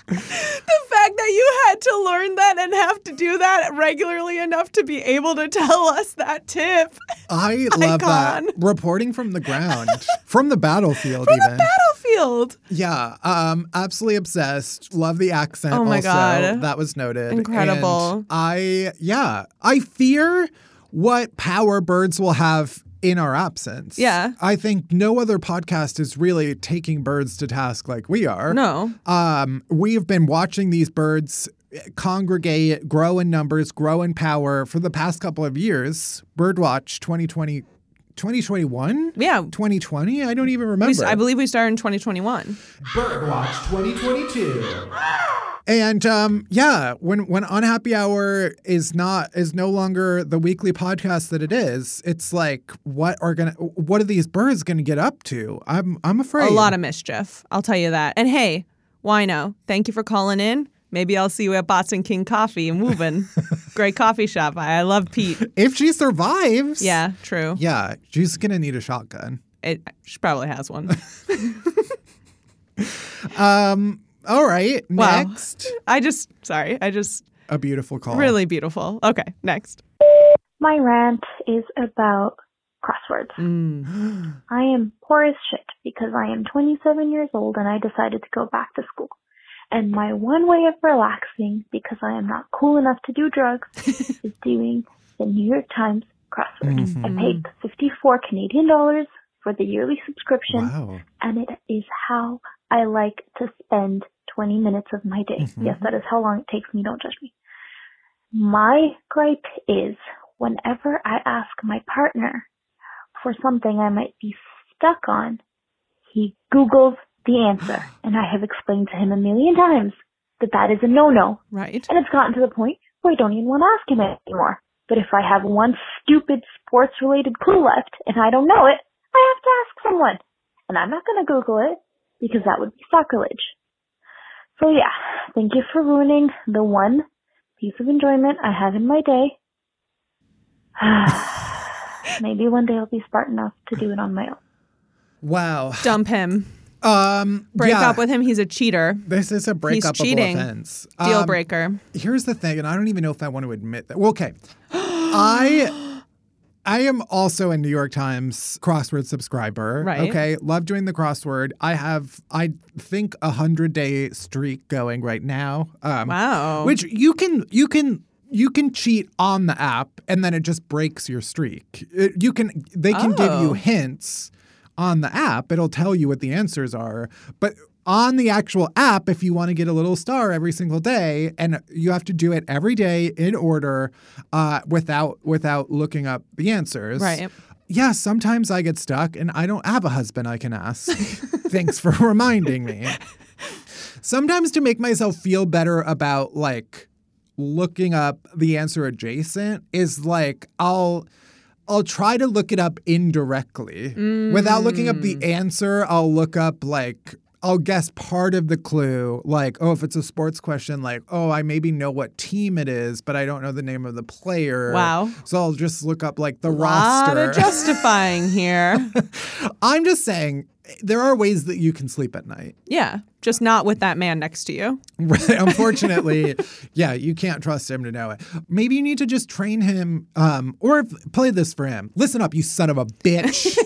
C: the fact that you had to learn that and have to do that regularly enough to be able to tell us that tip.
B: I love
C: Icon.
B: that reporting from the ground, from the battlefield, even.
C: Battlefield.
B: yeah, um, absolutely obsessed. Love the accent.
C: Oh my
B: also.
C: God.
B: that was noted.
C: Incredible.
B: And I yeah, I fear what power birds will have in our absence.
C: Yeah.
B: I think no other podcast is really taking birds to task like we are.
C: No.
B: Um, we have been watching these birds congregate, grow in numbers, grow in power for the past couple of years. Birdwatch 2020, 2021?
C: Yeah.
B: 2020? I don't even
C: We,
B: remember.
C: I believe we started in 2021.
B: Birdwatch 2022. And um, yeah, when when Unhappy Hour is not is no longer the weekly podcast that it is, it's like what are gonna what are these birds gonna get up to? I'm I'm afraid
C: A lot of mischief. I'll tell you that. And hey, Wino, thank you for calling in. Maybe I'll see you at Boston King Coffee in Woburn. Great coffee shop. I, I love Pete.
B: if she survives.
C: Yeah, true.
B: Yeah, she's gonna need a shotgun.
C: It, she probably has one.
B: Um, All right,
C: Wow.
B: next.
C: I just, sorry, I just,
B: A beautiful call.
C: really beautiful. Okay, next.
I: My rant is about crosswords. I am poor as shit because I am 27 years old and I decided to go back to school. And my one way of relaxing because I am not cool enough to do drugs is doing the New York Times crossword. I paid 54 Canadian dollars for the yearly subscription
B: Wow.
I: and it is how I like to spend 20 minutes of my day. Yes, that is how long it takes me. Don't judge me. My gripe is whenever I ask my partner for something I might be stuck on, he Googles the answer. And I have explained to him a million times that that is a no-no.
C: Right.
I: And it's gotten to the point where I don't even want to ask him anymore. But if I have one stupid sports related clue left and I don't know it, I have to ask someone. And I'm not going to Google it because that would be sacrilege. So yeah, thank you for ruining the one piece of enjoyment I had in my day. Maybe one day I'll be smart enough to do it on my own.
B: Wow.
C: Dump him.
B: Um,
C: break
B: yeah.
C: up with him. He's a cheater.
B: This is a breakup
C: He's cheating.
B: of offense.
C: Deal
B: Um,
C: breaker.
B: Here's the thing, and I don't even know if I want to admit that. Well, okay. I I am also a New York Times crossword subscriber.
J: Right.
B: Okay. Love doing the crossword. I have I think a hundred day streak going right now. Um,
C: Wow.
B: Which you can you can you can cheat on the app and then it just breaks your streak. It- you can they can give
C: Oh.
B: you hints on the app. It'll tell you what the answers are. But on the actual app, if you want to get a little star every single day, and you have to do it every day in order, uh, without without looking up the answers.
C: Right.
B: Yeah, sometimes I get stuck, and I don't have a husband I can ask. Thanks for reminding me. Sometimes to make myself feel better about like looking up the answer adjacent is like I'll I'll try to look it up indirectly. Without looking up
C: Mm.
B: the answer, I'll look up like I'll guess part of the clue, like, oh, if it's a sports question, like, oh, I maybe know what team it is, but I don't know the name of the player.
C: Wow.
B: So I'll just look up like the
C: Lot
B: roster.
C: of justifying here.
B: I'm just saying there are ways that you can sleep at night.
C: yeah, just not with that man next to you.
B: Right. Unfortunately, yeah, you can't trust him to know it. Maybe you need to just train him um, or if- play this for him. Listen up, you son of a bitch.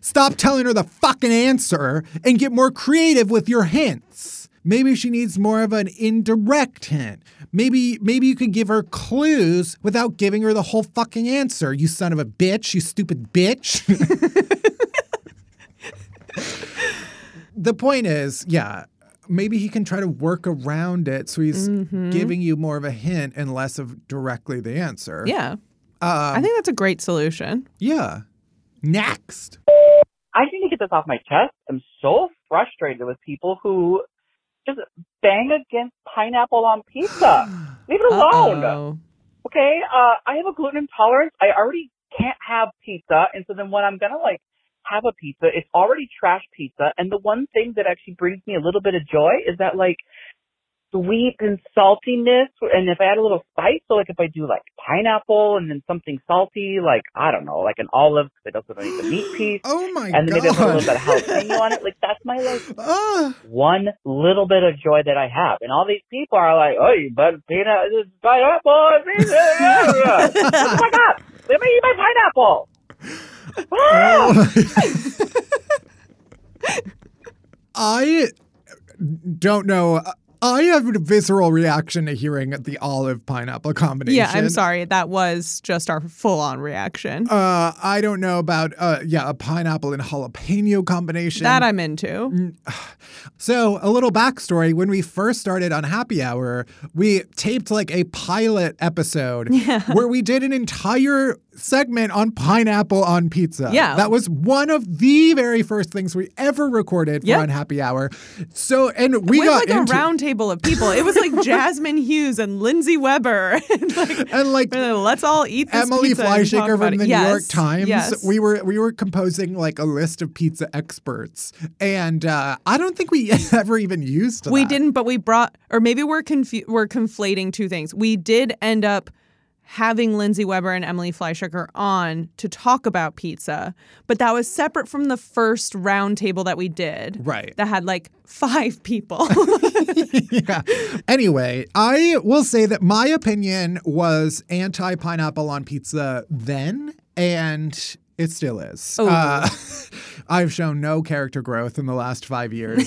B: Stop telling her the fucking answer and get more creative with your hints. Maybe she needs more of an indirect hint. Maybe maybe you could give her clues without giving her the whole fucking answer. You son of a bitch, you stupid bitch. the point is, yeah, maybe he can try to work around it so he's
C: Mhm.
B: giving you more of a hint and less of directly the answer.
C: Yeah.
B: Um,
C: I think that's a great solution.
B: Yeah. Next.
K: I need to get this off my chest. I'm so frustrated with people who just bang against pineapple on pizza. Leave it alone.
C: Uh-oh.
K: Okay, uh, I have a gluten intolerance. I already can't have pizza, and so then when I'm gonna like have a pizza, it's already trash pizza. And the one thing that actually brings me a little bit of joy is that like sweet and saltiness, and if I add a little spice, so like if I do like pineapple and then something salty, like I don't know, like an olive, 'cause it doesn't need the meat piece.
B: Oh my
K: And then maybe I put a little
B: God. Uh.
K: bit of jalapeno on it. Like that's my like one little bit of joy that I have. And all these people are like, oh, you better peanut, this pineapple, and pizza, yeah, yeah." oh my god, let me eat my pineapple.
B: I don't know. I have a visceral reaction to hearing the olive pineapple combination.
C: Yeah, I'm sorry. That was just our full on reaction.
B: Uh, I don't know about uh, yeah, a pineapple and jalapeno combination.
C: That I'm into.
B: Mm, So, a little backstory when we first started on Happy Hour, we taped like a pilot episode where we did an entire segment on pineapple on pizza.
C: Yeah.
B: That was one of the very first things we ever recorded for
C: Yep.
B: on Happy Hour. So, and we
C: With
B: got
C: like
B: into-
C: a round table of people. It was like Jasmine Hughes and Lindsay Weber. and like, let's all eat this
B: Emily
C: pizza and talk
B: Flyshaker
C: about
B: from
C: it.
B: the
C: Yes,
B: New York Times.
C: yes.
B: We were we were composing like a list of pizza experts, and uh, I don't think we ever even used.
C: We
B: that.
C: didn't, but we brought, or maybe we're confu- we're conflating two things. We did end up having Lindsay Weber and Emily Fleischaker on to talk about pizza, but that was separate from the first round table that we did.
B: Right.
C: That had like five people.
B: Anyway, I will say that my opinion was anti pineapple on pizza then, and it still is. Uh, I've shown no character growth in the last five years.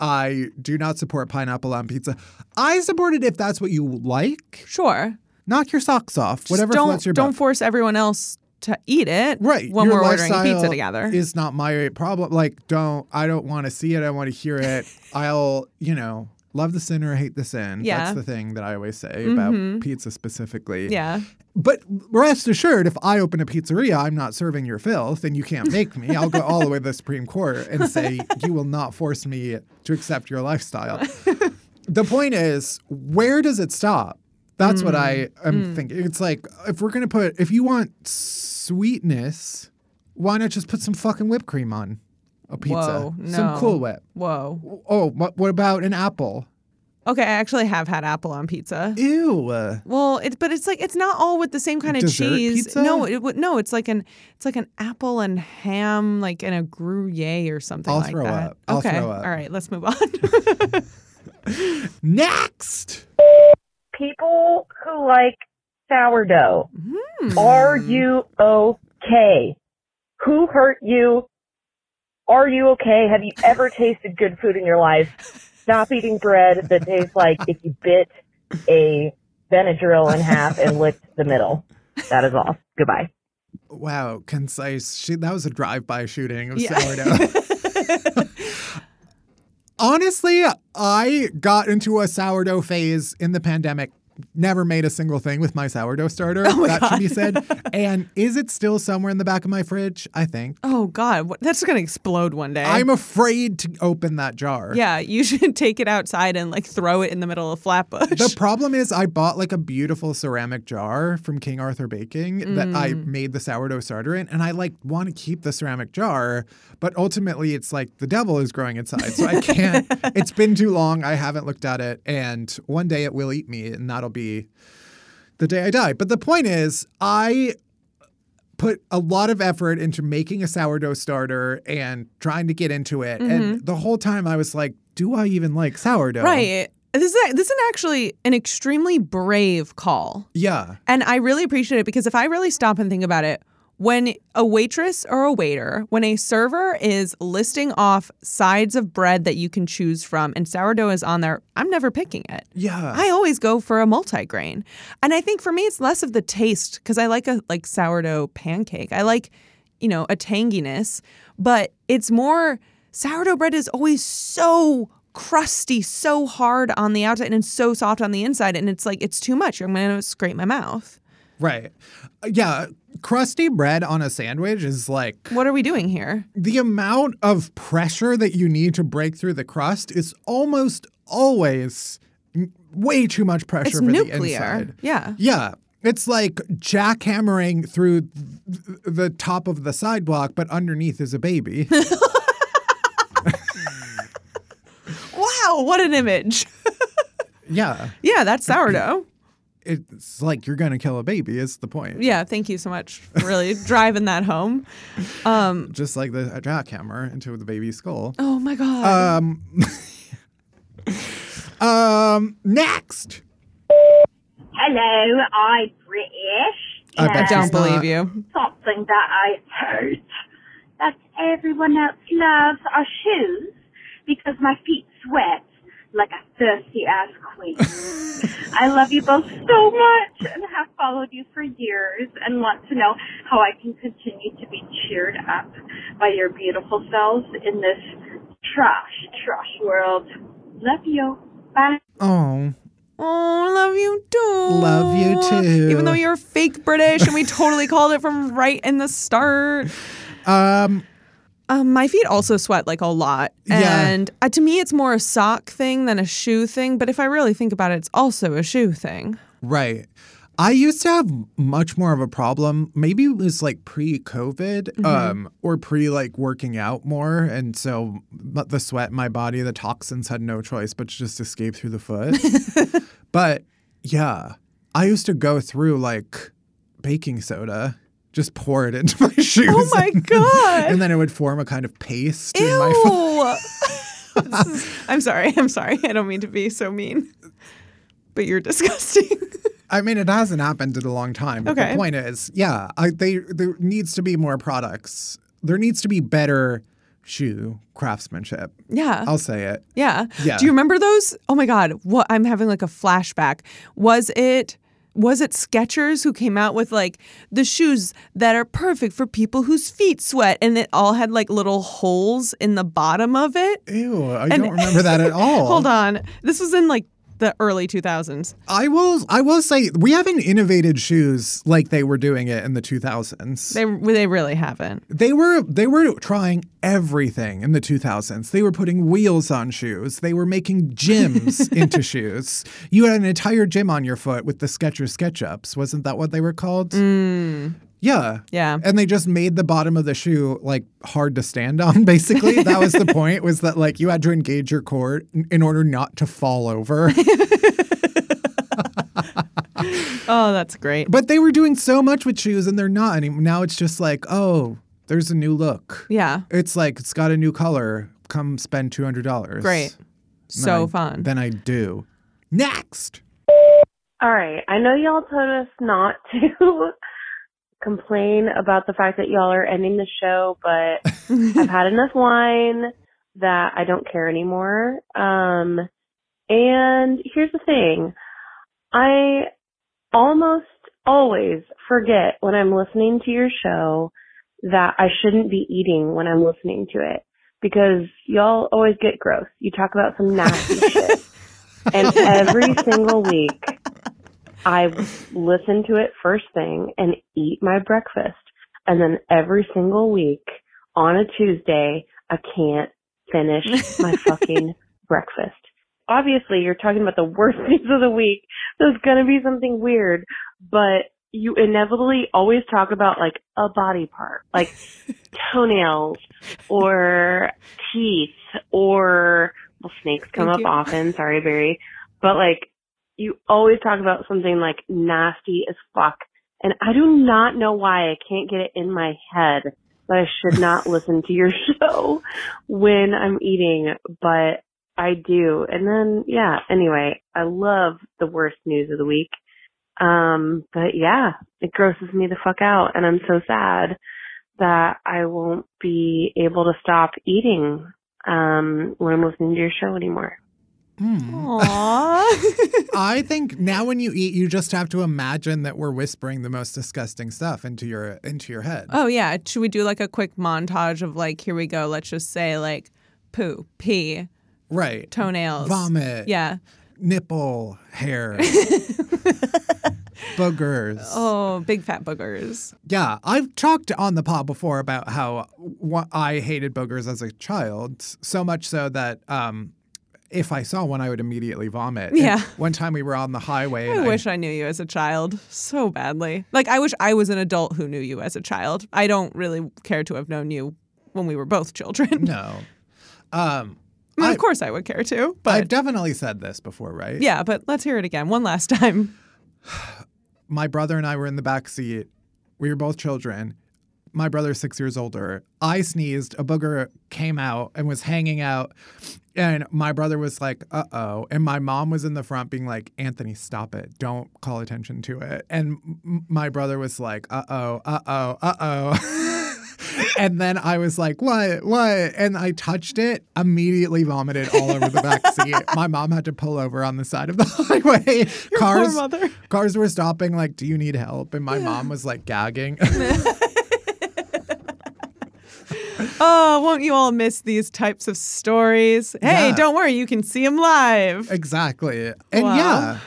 B: I do not support pineapple on pizza. I support it if that's what you like.
C: Sure.
B: Knock your socks off.
C: Just
B: whatever
C: don't,
B: floats your
C: don't
B: boat.
C: force everyone else to eat it. Right. When
B: Your
C: we're ordering a pizza
B: lifestyle
C: together.
B: is not my problem. Like, don't I don't want to see it. I want to hear it. I'll, you know, love the sinner, hate the sin.
C: Yeah.
B: That's the thing that I always say
C: Mhm.
B: about pizza specifically.
C: yeah.
B: But rest assured, if I open a pizzeria, I'm not serving your filth, and you can't make me. I'll go all the way to the Supreme Court and say you will not force me to accept your lifestyle. the point is, where does it stop? That's what I am
J: Mm.
B: thinking. It's like if we're gonna put, if you want sweetness, why not just put some fucking whipped cream on a pizza?
C: Whoa,
B: Some
C: no.
B: Cool Whip.
C: Whoa.
B: Oh, what, what about an apple?
C: Okay, I actually have had apple on pizza.
B: Ew.
C: Well, it's but it's like it's not all with the same kind of
B: Dessert
C: cheese.
B: pizza?
C: No, it, would- no, it's like an it's like an apple and ham, like in a Gruyere or something
B: I'll
C: like
B: throw
C: that.
B: up. I'll
C: okay,
B: throw up.
C: all right, let's move on.
B: Next.
J: People who like sourdough.
B: Mm-hmm.
J: Are you okay? Who hurt you? Are you okay? Have you ever tasted good food in your life? Stop eating bread that tastes like if you bit a Benadryl in half and licked the middle. That is all. Goodbye.
B: Wow, concise. She, that was a drive-by shooting of
J: Yeah.
B: sourdough. Honestly, I got into a sourdough phase in the pandemic. Never made a single thing with my sourdough starter. that should be said. and is it still somewhere in the back of my fridge? I think.
C: oh God, what, that's gonna explode one day.
B: I'm afraid to open that jar.
C: yeah, you should take it outside and like throw it in the middle of Flatbush.
B: The problem is, I bought like a beautiful ceramic jar from King Arthur Baking that I
C: Mm.
B: made the sourdough starter in, and I like want to keep the ceramic jar, but ultimately it's like the devil is growing inside, so I can't. it's been too long. I haven't looked at it, and one day it will eat me, and that'll be the day I die. But the point is, I put a lot of effort into making a sourdough starter and trying to get into it, and
C: Mhm.
B: the whole time I was like, do I even like sourdough?
C: Right. This is this is an actually an extremely brave call.
B: Yeah.
C: And I really appreciate it because if I really stop and think about it, when a waitress or a waiter, when a server is listing off sides of bread that you can choose from and sourdough is on there, I'm never picking it.
B: Yeah.
C: I always go for a multigrain. And I think for me it's less of the taste cuz I like a like sourdough pancake. I like, you know, a tanginess, but it's more sourdough bread is always so crusty, so hard on the outside and it's so soft on the inside and it's like it's too much. I'm going to scrape my mouth.
B: Right. Uh, Yeah. Crusty bread on a sandwich is like.
C: What are we doing here?
B: The amount of pressure that you need to break through the crust is almost always n- way too much pressure
C: it's
B: for the
C: nuclear.
B: inside.
C: Yeah.
B: Yeah. It's like jackhammering through th- th- the top of the sidewalk, but underneath is a baby.
C: Wow, what an image.
B: yeah.
C: Yeah, that's sourdough.
B: It's like you're going to kill a baby, is the point.
C: Yeah, thank you so much for really driving that home. Um,
B: Just like the a jackhammer into the baby's skull.
C: oh my god.
B: Um, um, next.
L: Hello, I'm British.
B: I bet
L: Yeah.
B: she's Don't believe not. you.
L: Something that I hate that everyone else loves are shoes because my feet sweat like a thirsty ass queen. I love you both so much and have followed you for years and want to know how I can continue to be cheered up by your beautiful selves in this trash, trash world. Love you. Bye.
B: Oh.
C: Oh, I love you too.
B: Love you too.
C: Even though you're fake British and we totally called it from right in the start.
B: Um,
C: my feet also sweat like a lot.
B: Yeah.
C: And uh, to me, it's more a sock thing than a shoe thing. But if I really think about it, it's also a shoe thing.
B: Right. I used to have much more of a problem. Maybe it was like pre-COVID,
C: Mhm.
B: um, or pre like working out more, and so but the sweat in my body, the toxins had no choice but to just escape through the foot. but yeah, I used to go through like baking soda, just pour it into my shoes. Oh my
C: god!
B: and then it would form a kind of paste in my foot.
C: Ew. This is- I'm sorry. I'm sorry. I don't mean to be so mean. But you're disgusting.
B: I mean, it hasn't happened in a long time. But
C: Okay.
B: The point is, yeah, I, they there needs to be more products. There needs to be better shoe craftsmanship.
C: Yeah.
B: I'll say it.
C: Yeah.
B: Yeah.
C: Do you remember those? Oh my God. What I'm having like a flashback. Was it was it Skechers who came out with like the shoes that are perfect for people whose feet sweat and it all had like little holes in the bottom of it?
B: Ew, I don't remember that at all.
C: Hold on. This was in like the early 2000s.
B: I will. I will say we haven't innovated shoes like they were doing it in the 2000s.
C: They they really haven't.
B: They were they were trying everything in the 2000s. They were putting wheels on shoes. They were making gyms into shoes. You had an entire gym on your foot with the Skechers SketchUps. Wasn't that what they were called? Yeah.
C: Yeah.
B: And they just made the bottom of the shoe like hard to stand on basically. That was the point was that like you had to engage your core in- in order not to fall over.
C: Oh, that's great.
B: but they were doing so much with shoes and they're not anymore. Now it's just like, "Oh, there's a new look."
C: Yeah.
B: It's like it's got a new color. Come spend $200.
C: Great.
B: And
C: So
B: I-
C: fun.
B: Then I do. Next.
J: All right. I know y'all told us not to complain about the fact that y'all are ending the show, but I've had enough wine that I don't care anymore. Um, and here's the thing. I almost always forget when I'm listening to your show that I shouldn't be eating when I'm listening to it because y'all always get gross. You talk about some nasty shit. And every single week I listen to it first thing and eat my breakfast. And then every single week on a Tuesday, I can't finish my fucking breakfast. Obviously, you're talking about the worst days of the week. There's going to be something weird, but you inevitably always talk about like a body part, like toenails or teeth or well, snakes come
H: Thank
J: up
H: you.
J: often. Sorry, Barry. But like you always talk about something like nasty as fuck. And I do not know why I can't get it in my head that I should not listen to your show when I'm eating, but I do. And then, yeah, anyway, I love the worst news of the week. Um, but yeah, it grosses me the fuck out and I'm so sad that I won't be able to stop eating, um, when I'm listening to your show anymore.
B: Hmm. I think now when you eat, you just have to imagine that we're whispering the most disgusting stuff into your into your head.
C: Oh yeah. Should we do like a quick montage of like here we go? Let's just say like poo, pee,
B: Right.
C: toenails,
B: Vomit.
C: Yeah.
B: Nipple, hair, boogers.
C: Oh, big fat boogers.
B: Yeah, I've talked on the pod before about how wh- I hated boogers as a child, so much so that um, if I saw one, I would immediately vomit. And
C: Yeah.
B: one time we were on the highway.
C: I
B: and
C: wish I knew you as a child so badly. Like I wish I was an adult who knew you as a child. I don't really care to have known you when we were both children.
B: No. Um
C: I mean, of course I would care to,
B: but
C: but
B: I've definitely said this before, right?
C: yeah, but let's hear it again one last time.
B: my brother and I were in the back seat. We were both children. My brother's six years older. I sneezed, a booger came out and was hanging out. And my brother was like, uh oh. And my mom was in the front being like, Anthony, stop it. Don't call attention to it. And m- my brother was like, uh oh, uh oh, uh oh. and then I was like, what, what? And I touched it, immediately vomited all over the back seat. My mom had to pull over on the side of the highway.
C: Your poor
B: cars,
C: mother.
B: cars were stopping, like, do you need help? And my mom was like gagging.
C: Oh, won't you all miss these types of stories? Hey,
B: Yeah.
C: don't worry, you can see them live.
B: Exactly. And
C: Wow.
B: yeah,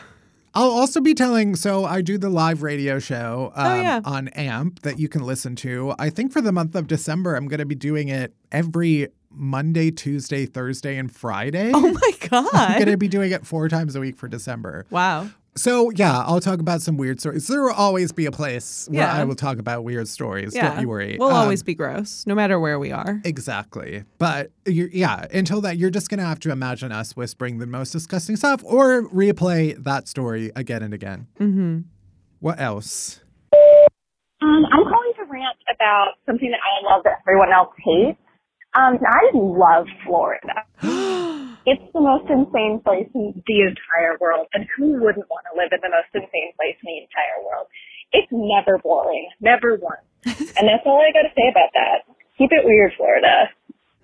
B: I'll also be telling. So I do the live radio show um,
C: Oh, yeah.
B: on AMP that you can listen to. I think for the month of December, I'm going to be doing it every Monday, Tuesday, Thursday, and Friday. Oh
C: my God.
B: I'm going to be doing it four times a week for December.
C: Wow.
B: So yeah, I'll talk about some weird stories. There will always be a place where
C: Yeah.
B: I will talk about weird stories. Don't you worry.
C: We'll
B: Um,
C: always be gross, no matter where we are.
B: Exactly. But you yeah, until that, you're just going to have to imagine us whispering the most disgusting stuff or replay that story again and again.
C: Mm-hmm.
B: What else?
H: Um, I'm calling to rant about something that I love that everyone else hates. Um, I love Florida. it's the most insane place in the entire world, and who wouldn't want to live in the most insane place in the entire world? It's never boring, never once. and that's all I got to say about that. Keep it weird, Florida.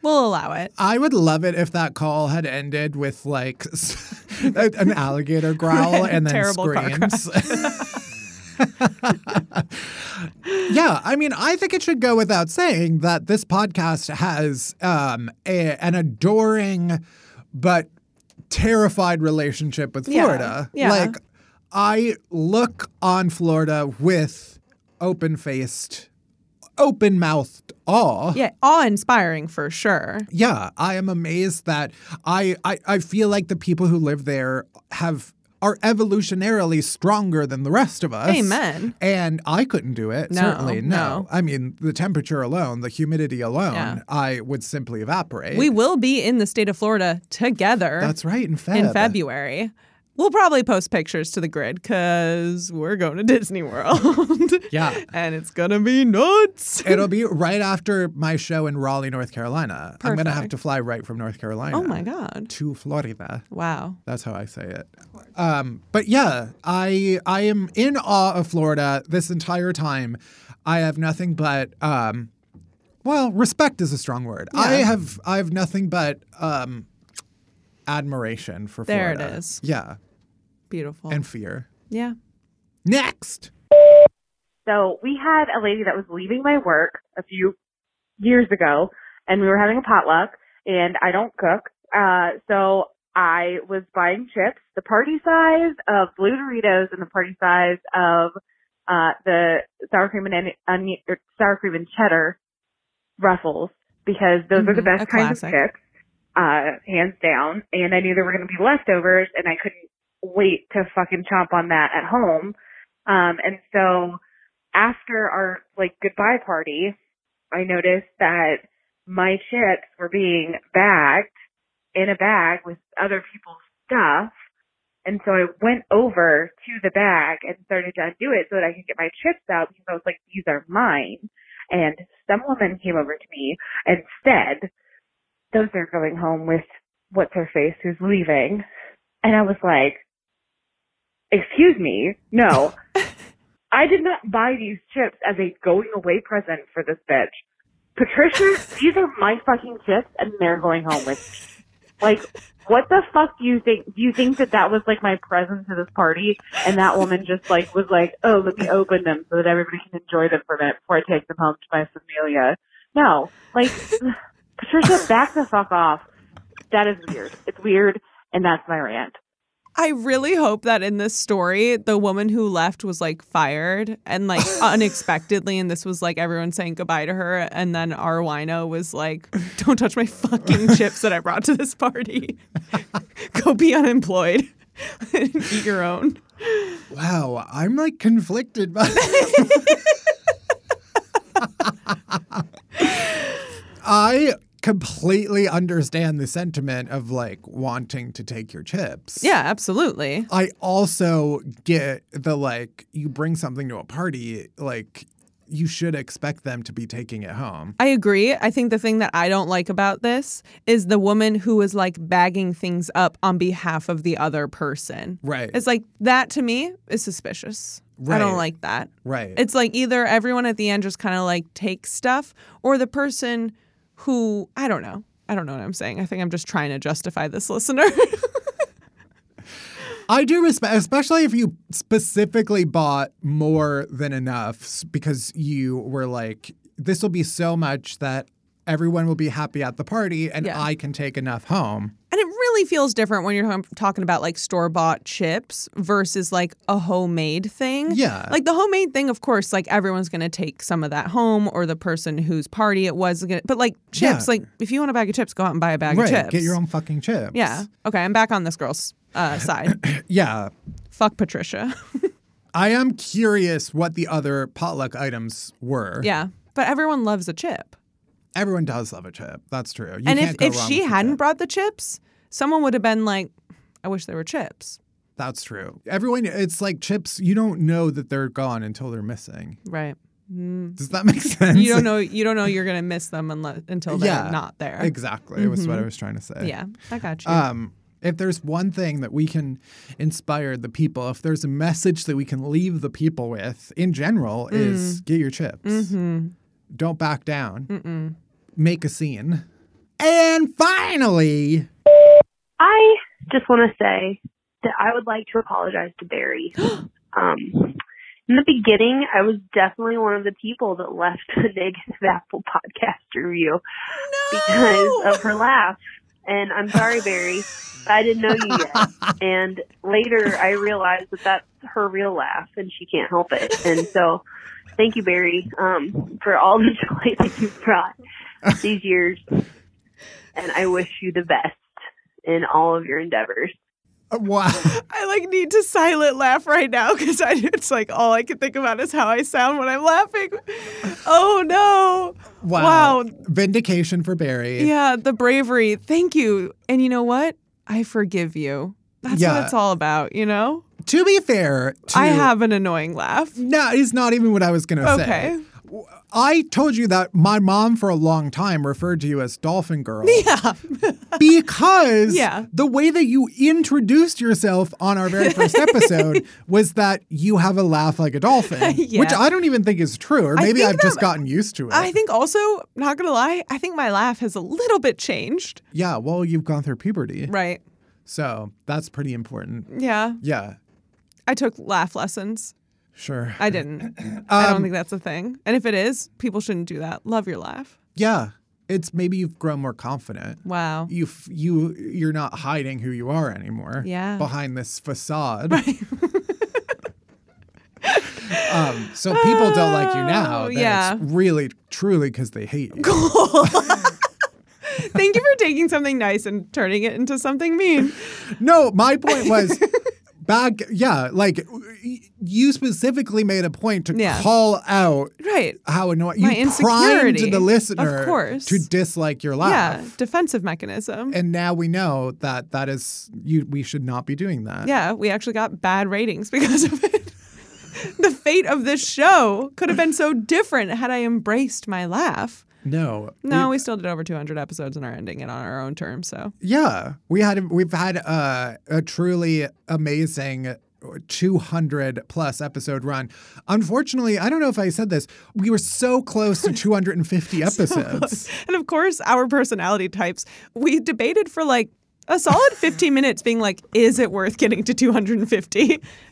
C: We'll allow it.
B: I would love it if that call had ended with like an alligator growl and then
C: Terrible car
B: screams. yeah, I mean, I think it should go without saying that this podcast has um, a, an adoring but terrified relationship with
C: Yeah,
B: Florida.
C: yeah.
B: Like, I look on Florida with open faced, open mouthed awe.
C: Yeah, awe inspiring for sure.
B: Yeah, I am amazed that I, I I feel like the people who live there have are evolutionarily stronger than the rest of us.
C: Amen.
B: And I couldn't do it.
C: No,
B: certainly, no.
C: no.
B: I mean, the temperature alone, the humidity alone,
C: Yeah.
B: I would simply evaporate.
C: We will be in the state of Florida together.
B: That's right, in
C: In
B: Feb.
C: February. We'll probably post pictures to the grid because we're going to Disney World.
B: Yeah.
C: and it's going to be nuts.
B: It'll be right after my show in Raleigh, North Carolina. I'm going to have
C: Perfect.
B: to fly right from North Carolina.
C: Oh my God.
B: To Florida.
C: Wow.
B: That's how I say it. Um, but yeah, I I am in awe of Florida this entire time. I have nothing but um, well, respect is a strong word. I
C: Yeah.
B: have I have nothing but um, admiration for
C: There it
B: Florida.
C: is.
B: Yeah,
C: Beautiful.
B: and fear.
C: yeah.
B: Next.
M: So we had a lady that was leaving my work a few years ago, and we were having a potluck, and I don't cook. Uh, so I was buying chips, the party size of blue Doritos and the party size of uh, the sour cream and onion, onion, or sour cream and cheddar ruffles because those are the
J: Mhm,
M: best
J: a
M: kinds
J: classic.
M: of chips, uh, hands down. And I knew there were going to be leftovers, and I couldn't wait to fucking chomp on that at home. Um, and so after our like goodbye party, I noticed that my chips were being bagged in a bag with other people's stuff. And so I went over to the bag and started to undo it so that I could get my chips out because I was like, these are mine. And some woman came over to me and said, those are going home with what's her face who's leaving. And I was like, excuse me, no. I did not buy these chips as a going away present for this bitch. Patricia, these are my fucking chips and they're going home with me. Like, what the fuck do you think? Do you think that that was like my present to this party? And that woman just like was like, oh, let me open them so that everybody can enjoy them for a minute before I take them home to my familia. No, like, Patricia, back the fuck off. That is weird. It's weird, and that's my rant.
C: I really hope that in this story, the woman who left was like fired and like unexpectedly, and this was like everyone saying goodbye to her. And then our wino was like, Don't touch my fucking chips that I brought to this party. Go be unemployed and eat your own.
B: Wow, I'm like conflicted by. I completely understand the sentiment of like wanting to take your chips.
C: Yeah, absolutely.
B: I also get the like you bring something to a party, like you should expect them to be taking it home.
C: I agree. I think the thing that I don't like about this is the woman who was like bagging things up on behalf of the other person.
B: Right.
C: It's like that to me is suspicious. I
B: Right.
C: don't like that.
B: Right.
C: It's like either everyone at the end just kind of like takes stuff or the person who, I don't know. I don't know what I'm saying. I think I'm just trying to justify this listener.
B: I do respect, especially if you specifically bought more than enough s- because you were like, this will be so much that everyone will be happy at the party and I can take enough home.
C: And it really feels different when you're hum- talking about like store bought chips versus like a homemade thing.
B: Yeah.
C: Like the homemade thing, of course, like everyone's going to take some of that home or the person whose party it was. Gonna, but like
B: Yeah.
C: chips, like if you want a bag of chips, go out and buy a bag
B: right.
C: of chips.
B: Get your own fucking chips.
C: Yeah. Okay. I'm back on this girl's uh, side.
B: Yeah.
C: Fuck Patricia.
B: I am curious what the other potluck items were.
C: yeah. But everyone loves a chip.
B: Everyone does love a chip. That's true. You
C: and if,
B: can't go
C: if
B: wrong
C: she
B: with a
C: hadn't
B: chip.
C: brought the chips, someone would have been like, I wish there were chips.
B: That's true. Everyone, it's like chips, you don't know that they're gone until they're missing.
C: Right. Mm.
B: Does that make sense?
C: You don't know. You don't know you're gonna miss them unless until they're
B: Yeah,
C: not there.
B: Exactly. was what I
C: Mhm.
B: was trying to say.
C: Yeah, I got you.
B: Um, if there's one thing that we can inspire the people, if there's a message that we can leave the people with in general, is
C: Mm.
B: get your chips.
C: mm-hmm.
B: Don't back down.
C: Mm-mm.
B: Make a scene. And finally,
I: I just want to say that I would like to apologize to Barry. um, in the beginning, I was definitely one of the people that left a negative Apple podcast review because of her laugh. And I'm sorry, Barry, but I didn't know you yet. and later, I realized that that's her real laugh, and she can't help it. And so, thank you, Barry, um, for all the joy that you've brought these years. And I wish you the best in all of your endeavors.
B: Wow.
C: I like need to silent laugh right now because I it's like all I can think about is how I sound when I'm laughing. Oh no.
B: Wow. Vindication for Barry.
C: Yeah, the bravery. Thank you. And you know what? I forgive you. That's
B: Yeah.
C: what it's all about, you know?
B: To be fair, to,
C: I have an annoying laugh.
B: No, it's not even what I was going to say.
C: Okay.
B: I told you that my mom for a long time referred to you as Dolphin Girl. Yeah. because
C: Yeah.
B: the way that you introduced yourself on our very first episode was that you have a laugh like a dolphin,
C: Yeah.
B: which I don't even think is true, or
C: I
B: maybe
C: think
B: I've just
C: that-
B: gotten used to it.
C: I think also, not gonna lie, I think my laugh has a little bit changed.
B: yeah, well, you've gone through puberty.
C: Right.
B: So that's pretty important.
C: Yeah.
B: Yeah,
C: I took laugh lessons.
B: sure.
C: I didn't. I don't
B: Um,
C: think that's a thing. And if it is, people shouldn't do that. Love your laugh.
B: Yeah, it's maybe you've grown more confident.
C: Wow.
B: You f- you you're not hiding who you are anymore.
C: Yeah.
B: Behind this facade. um, so people don't like you now.
C: Oh,
B: then
C: yeah.
B: It's really truly because they hate you.
C: Thank you for taking something nice and turning it into something mean.
B: No, my point was. Back, yeah, like y- you specifically made a point to
C: Yeah.
B: call out
C: Right.
B: how annoying
C: My
B: you primed
C: insecurity,
B: the
C: of
B: listener,
C: course.
B: to dislike your laugh.
C: Yeah. Defensive mechanism.
B: and now we know that that is you we should not be doing that
C: yeah. We actually got bad ratings because of it. the fate of this show could have been so different had I embraced my laugh.
B: no
C: No, we still did over 200 episodes and are ending it on our own terms. So
B: yeah we had we've had uh, a truly amazing 200 plus episode run unfortunately i don't know if i said this we were so close to 250 episodes
C: And of course, our personality types, we debated for like a solid 15 minutes being like, is it worth getting to 250? And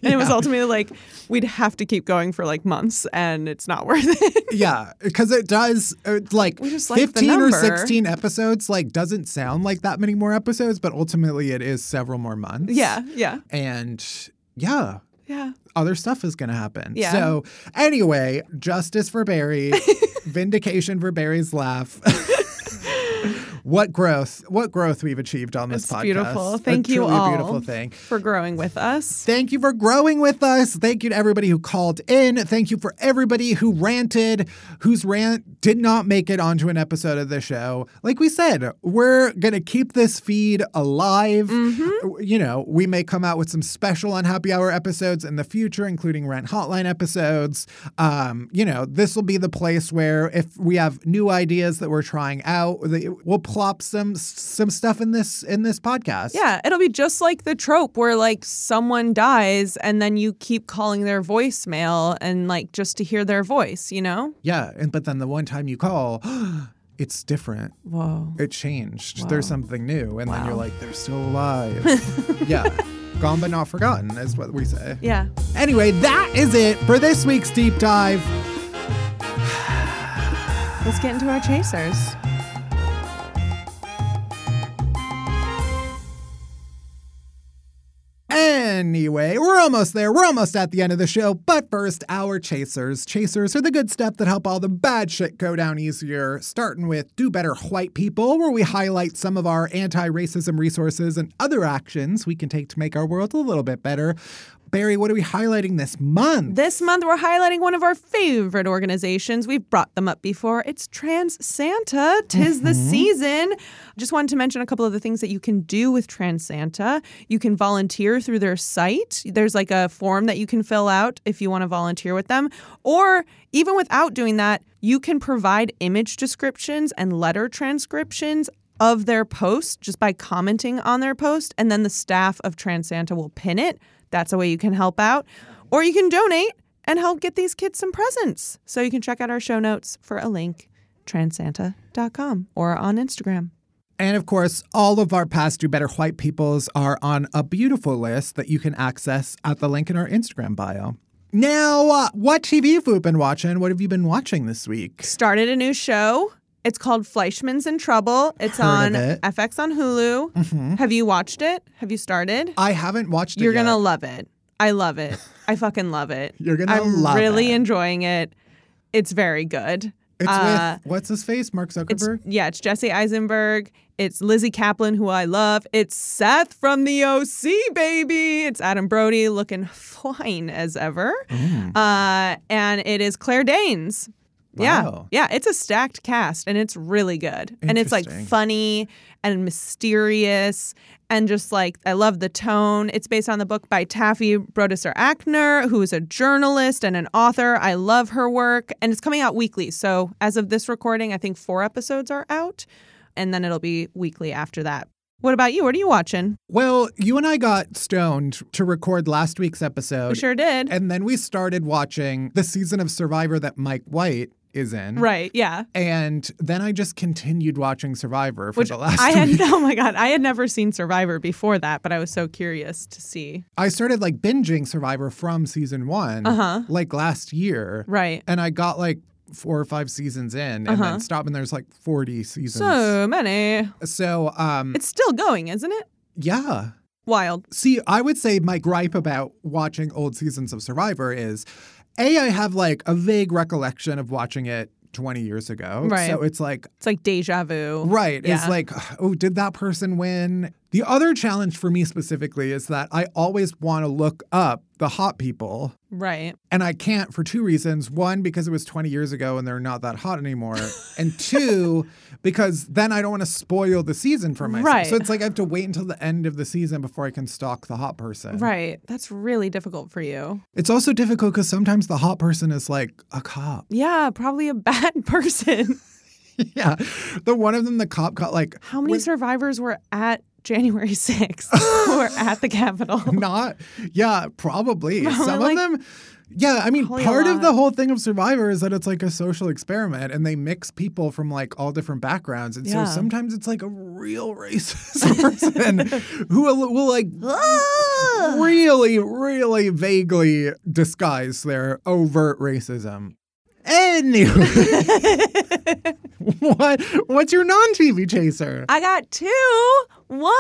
C: it was
B: Yeah.
C: ultimately like, we'd have to keep going for like months and it's not worth it.
B: yeah because it does uh, like
C: just like the
B: 15 or
C: number.
B: 16 episodes like doesn't sound like that many more episodes but ultimately it is several more months
C: yeah, yeah,
B: and yeah
C: yeah.
B: other stuff is going to happen.
C: Yeah.
B: So, anyway, justice for Barry, vindication for Barry's laugh. what growth, what growth we've achieved on this
C: It's
B: podcast.
C: beautiful.
B: A
C: Thank you
B: truly
C: all
B: beautiful thing.
C: for growing with us.
B: Thank you for growing with us. Thank you to everybody who called in. Thank you for everybody who ranted, whose rant did not make it onto an episode of the show. Like we said, we're going to keep this feed alive. You know, we may come out with some special unhappy hour episodes in the future, including rant hotline episodes. Um, you know, this will be the place where if we have new ideas that we're trying out, they- we'll plop some some stuff in this in this podcast.
C: Yeah, it'll be just like the trope where like someone dies and then you keep calling their voicemail and like just to hear their voice, you know?
B: Yeah, and but then the one time you call, it's different.
C: Whoa.
B: It changed.
C: Wow.
B: There's something new, and then you're
C: Wow.
B: like, they're still alive. yeah, gone but not forgotten is what we say.
C: Yeah.
B: Anyway, that is it for this week's deep dive.
C: Let's get into our chasers.
B: Anyway, we're almost there. We're almost at the end of the show. But first, our chasers. Chasers are the good stuff that help all the bad shit go down easier, starting with Do Better White People, where we highlight some of our anti racism resources and other actions we can take to make our world a little bit better. Barry, what are we highlighting this month?
C: This month, we're highlighting one of our favorite organizations. We've brought them up before. It's Trans Santa. Tis the season. Just wanted to mention a couple of the things that you can do with Trans Santa. You can volunteer through their site. There's like a form that you can fill out if you want to volunteer with them. Or even without doing that, you can provide image descriptions and letter transcriptions of their post just by commenting on their post, and then the staff of Trans Santa will pin it. That's a way you can help out. Or you can donate and help get these kids some presents. So you can check out our show notes for a link, transsanta.com or on Instagram.
B: And of course, all of our past Do Better White Peoples are on a beautiful list that you can access at the link in our Instagram bio. Now, uh, what TV have you been watching? What have you been watching this week?
C: Started a new show. It's called Fleischman's in Trouble. It's
B: Heard of
C: on
B: it.
C: FX on Hulu.
B: Mhm.
C: Have you watched it? Have you started?
B: I haven't watched it
C: You're
B: yet.
C: gonna love it. I love it. I fucking love it.
B: You're gonna
C: I'm
B: love
C: really
B: it.
C: enjoying it. It's very good.
B: It's
C: Uh,
B: with what's his face, Mark Zuckerberg.
C: Yeah, it's Jesse Eisenberg. It's Lizzie Kaplan, who I love. It's Seth from the OC, baby. It's Adam Brody, looking fine as ever.
B: Mm.
C: Uh, and it is Claire Danes.
B: Wow.
C: Yeah, yeah, it's a stacked cast, and it's really good. And it's like
B: Interesting.
C: funny and mysterious, and just like I love the tone. It's based on the book by Taffy Brodesser Ackner, who is a journalist and an author. I love her work, and it's coming out weekly. So as of this recording, I think four episodes are out, and then it'll be weekly after that. What about you? What are you watching?
B: Well, you and I got stoned to record last week's episode.
C: We sure did.
B: And then we started watching the season of Survivor that Mike White is in.
C: Right, yeah.
B: And then I just continued watching Survivor for
C: Which
B: the last
C: I
B: week.
C: had oh my god, I had never seen Survivor before that, but I was so curious to see.
B: I started like binging Survivor from season one,
C: Uh-huh.
B: like last year.
C: Right.
B: And I got like four or five seasons in and
C: Uh-huh.
B: then stopped, and there's like 40 seasons.
C: So many.
B: So, um,
C: It's still going, isn't it?
B: yeah.
C: Wild.
B: See, I would say my gripe about watching old seasons of Survivor is A, I have like a vague recollection of watching it 20 years ago.
C: Right.
B: So it's like,
C: It's like deja vu.
B: right.
C: Yeah.
B: It's like, oh, did that person win? The other challenge for me specifically is that I always want to look up the hot people.
C: Right.
B: And I can't for two reasons. One, because it was 20 years ago and they're not that hot anymore. and two, because then I don't want to spoil the season for myself.
C: Right.
B: So it's like I have to wait until the end of the season before I can stalk the hot person.
C: Right. That's really difficult for you.
B: It's also difficult because sometimes the hot person is like a cop.
C: Yeah, probably a bad person.
B: yeah. The one of them, the cop got like
C: How many survivors were at January 6th who were at the Capitol?
B: Not, yeah, probably.
C: Probably,
B: Some of
C: like,
B: them, yeah, I mean,
C: probably a
B: part of
C: lot.
B: the whole thing of Survivor is that it's like a social experiment and they mix people from like all different backgrounds. And
C: Yeah.
B: so sometimes it's like a real racist person who will, will like really, really vaguely disguise their overt racism. Anyway, what what's your non-TV chaser?
C: I got two. One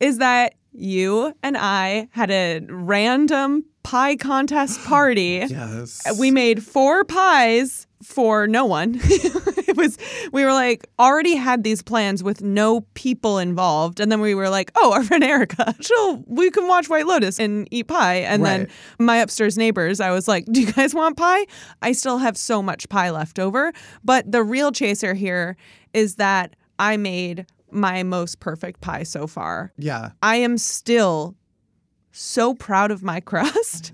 C: is that you and I had a random pie contest party.
B: yes.
C: We made four pies for no one. it was we were like already had these plans with no people involved and then we were like, "Oh, our friend Erica, she'll we can watch White Lotus and eat pie." And
B: Right.
C: then my upstairs neighbors, I was like, "Do you guys want pie?" I still have so much pie left over, but the real chaser here is that I made my most perfect pie so far.
B: yeah.
C: I am still so proud of my crust.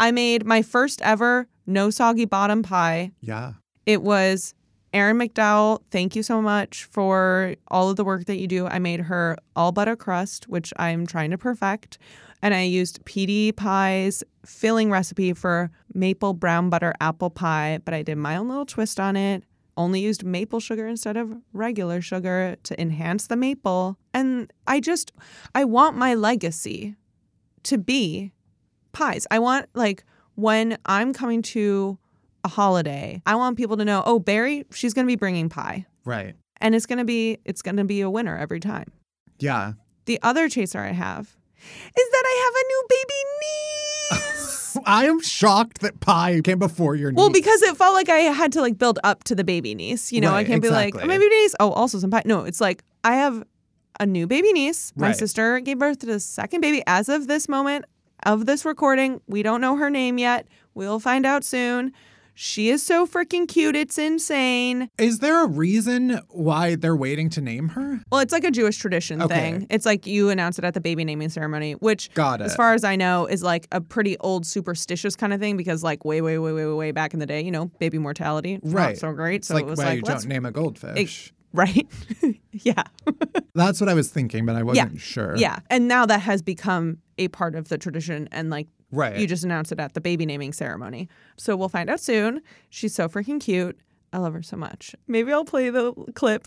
C: I made my first ever no soggy bottom pie.
B: Yeah.
C: It was Erin McDowell. Thank you so much for all of the work that you do. I made her all butter crust, which I'm trying to perfect. And I used PD Pie's filling recipe for maple brown butter apple pie, but I did my own little twist on it. Only used maple sugar instead of regular sugar to enhance the maple. And I just, I want my legacy to be pies. I want like when I'm coming to a holiday, I want people to know, oh, Barry, she's going to be bringing pie,
B: Right.
C: and it's going to be it's going to be a winner every time.
B: Yeah.
C: The other chaser I have is that I have a new baby niece.
B: I am shocked that pie came before your
C: Well,
B: niece.
C: because it felt like I had to like build up to the baby niece. You know, I
B: Right,
C: can't be like, oh,
B: exactly.
C: my baby niece. Oh, also some pie. No, it's like I have a new baby niece. My
B: Right.
C: sister gave birth to the second baby as of this moment of this recording. We don't know her name yet. We'll find out soon. She is so freaking cute. It's insane.
B: Is there a reason why they're waiting to name her?
C: Well, it's like a Jewish tradition
B: Okay.
C: thing. It's like you announce it at the baby naming ceremony, which,
B: Got it.
C: as far as I know, is like a pretty old superstitious kind of thing because, like, way, way, way, way, way, way back in the day, you know, baby mortality,
B: Right.
C: Not so great.
B: It's
C: so
B: like
C: it was
B: why
C: like,
B: you
C: let's-
B: don't name a goldfish.
C: It- right? yeah.
B: That's what I was thinking, but I wasn't
C: yeah.
B: sure.
C: Yeah. And now that has become a part of the tradition and like
B: Right.
C: you just announce it at the baby naming ceremony. So we'll find out soon. She's so freaking cute. I love her so much. Maybe I'll play the clip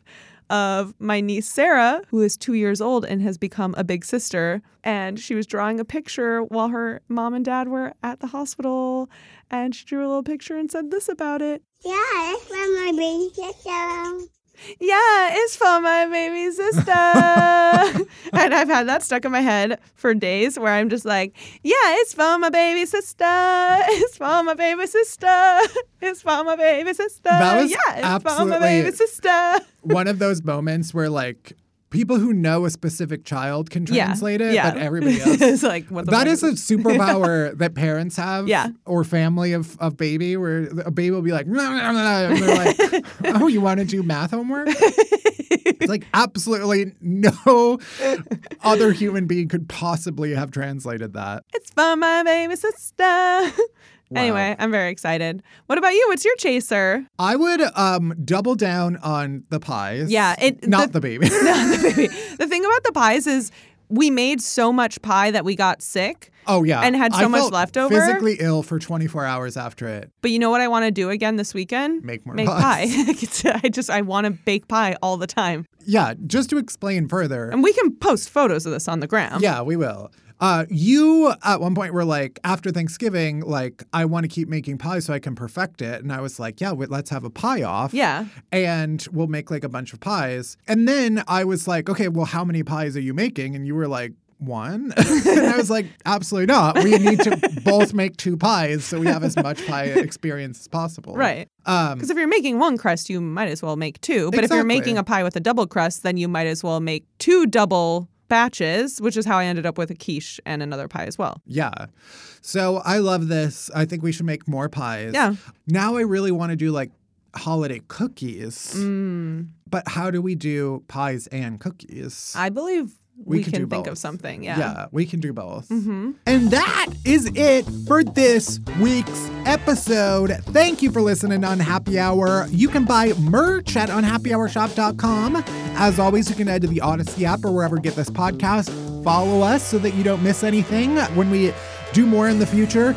C: of my niece Sarah, who is two years old and has become a big sister. And she was drawing a picture while her mom and dad were at the hospital. And she drew a little picture and said this about it.
N: Yeah, that's from my baby sister.
C: Yeah, it's for my baby sister. and I've had that stuck in my head for days where I'm just like, yeah, it's for my baby sister. It's for my baby sister. It's for my baby sister.
B: That was
C: yeah, it's for my
B: absolutely-
C: baby sister.
B: One of those moments where like people who know a specific child can
C: Yeah,
B: translate it,
C: yeah.
B: but everybody else
C: It's like, what the
B: That
C: fuck?
B: is a superpower that parents have
C: Yeah.
B: or family of, of baby where a baby will be like, no, no, no, no. And they're like, oh, you want to do math homework? it's like absolutely no other human being could possibly have translated that.
C: It's for my baby sister. Anyway, I'm very excited. What about you? What's your chaser?
B: I would um, double down on the pies.
C: Yeah, it-
B: not the, baby.
C: The thing about the pies is we made so much pie that we got sick.
B: oh yeah,
C: And had so
B: I
C: much
B: felt
C: left over.
B: Physically ill for 24 hours after it.
C: But you know what I want to do again this weekend?
B: Make more
C: Make pie.
B: pies.
C: I just I want to bake pie all the time.
B: Yeah, just to explain further.
C: And we can post photos of this on the gram.
B: Yeah, we will. Uh, you at one point were like, after Thanksgiving, like I want to keep making pie so I can perfect it, and I was like, yeah, wait, let's have a pie off.
C: Yeah.
B: and we'll make like a bunch of pies. And then I was like, okay, well, how many pies are you making? And you were like. One, and I was like, absolutely not. We need to both make two pies so we have as much pie experience as possible.
C: Right.
B: Um,
C: Because if you're making one crust, you might as well make two. But if you're
B: Exactly.
C: making a pie with a double crust, then you might as well make two double batches, which is how I ended up with a quiche and another pie as well.
B: Yeah. So I love this. I think we should make more pies.
C: Yeah.
B: Now I really want to do like holiday cookies.
C: Mm,
B: But how do we do pies and cookies?
C: I believe
B: We
C: we,
B: could
C: can
B: do
C: think
B: both.
C: of something. Yeah.
B: Yeah, we can do both.
C: hmm
B: And that is it for this week's episode. Thank you for listening on Happy Hour. You can buy merch at unhappyhourshop.com. As always, you can head to the Odyssey app or wherever you get this podcast. Follow us so that you don't miss anything when we do more in the future.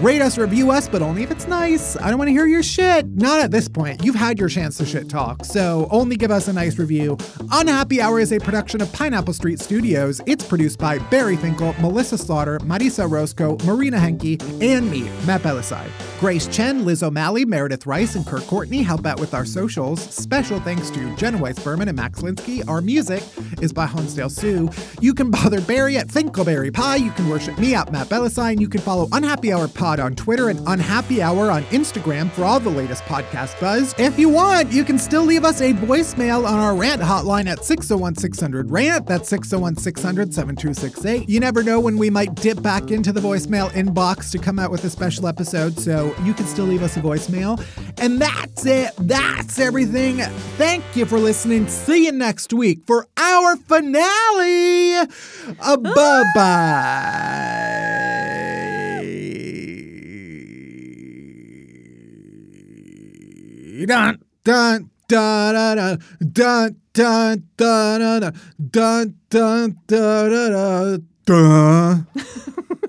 B: Rate us, review us, but only if it's nice. I don't want to hear your shit. Not at this point. You've had your chance to shit talk, so only give us a nice review. Unhappy Hour is a production of Pineapple Street Studios. It's produced by Barry Finkel, Melissa Slaughter, Marisa Roscoe, Marina Henke, and me, Matt Belisai. Grace Chen, Liz O'Malley, Meredith Rice, and Kirk Courtney help out with our socials. Special thanks to Jenna Weiss Berman and Max Linsky. Our music is by Honesdale Sue. You can bother Barry at Finkelberry Pie. You can worship me at Matt Belisai. You can follow Unhappy Hour Pod on Twitter and Unhappy Hour on Instagram for all the latest podcast buzz. If you want, you can still leave us a voicemail on our rant hotline at 601 600 RANT. That's 601 600 7268. You never know when we might dip back into the voicemail inbox to come out with a special episode, so you can still leave us a voicemail. And that's it. That's everything. Thank you for listening. See you next week for our finale. Uh, bye bye. dun dun dun dun dun dun dun dun dun dun dun dun dun dun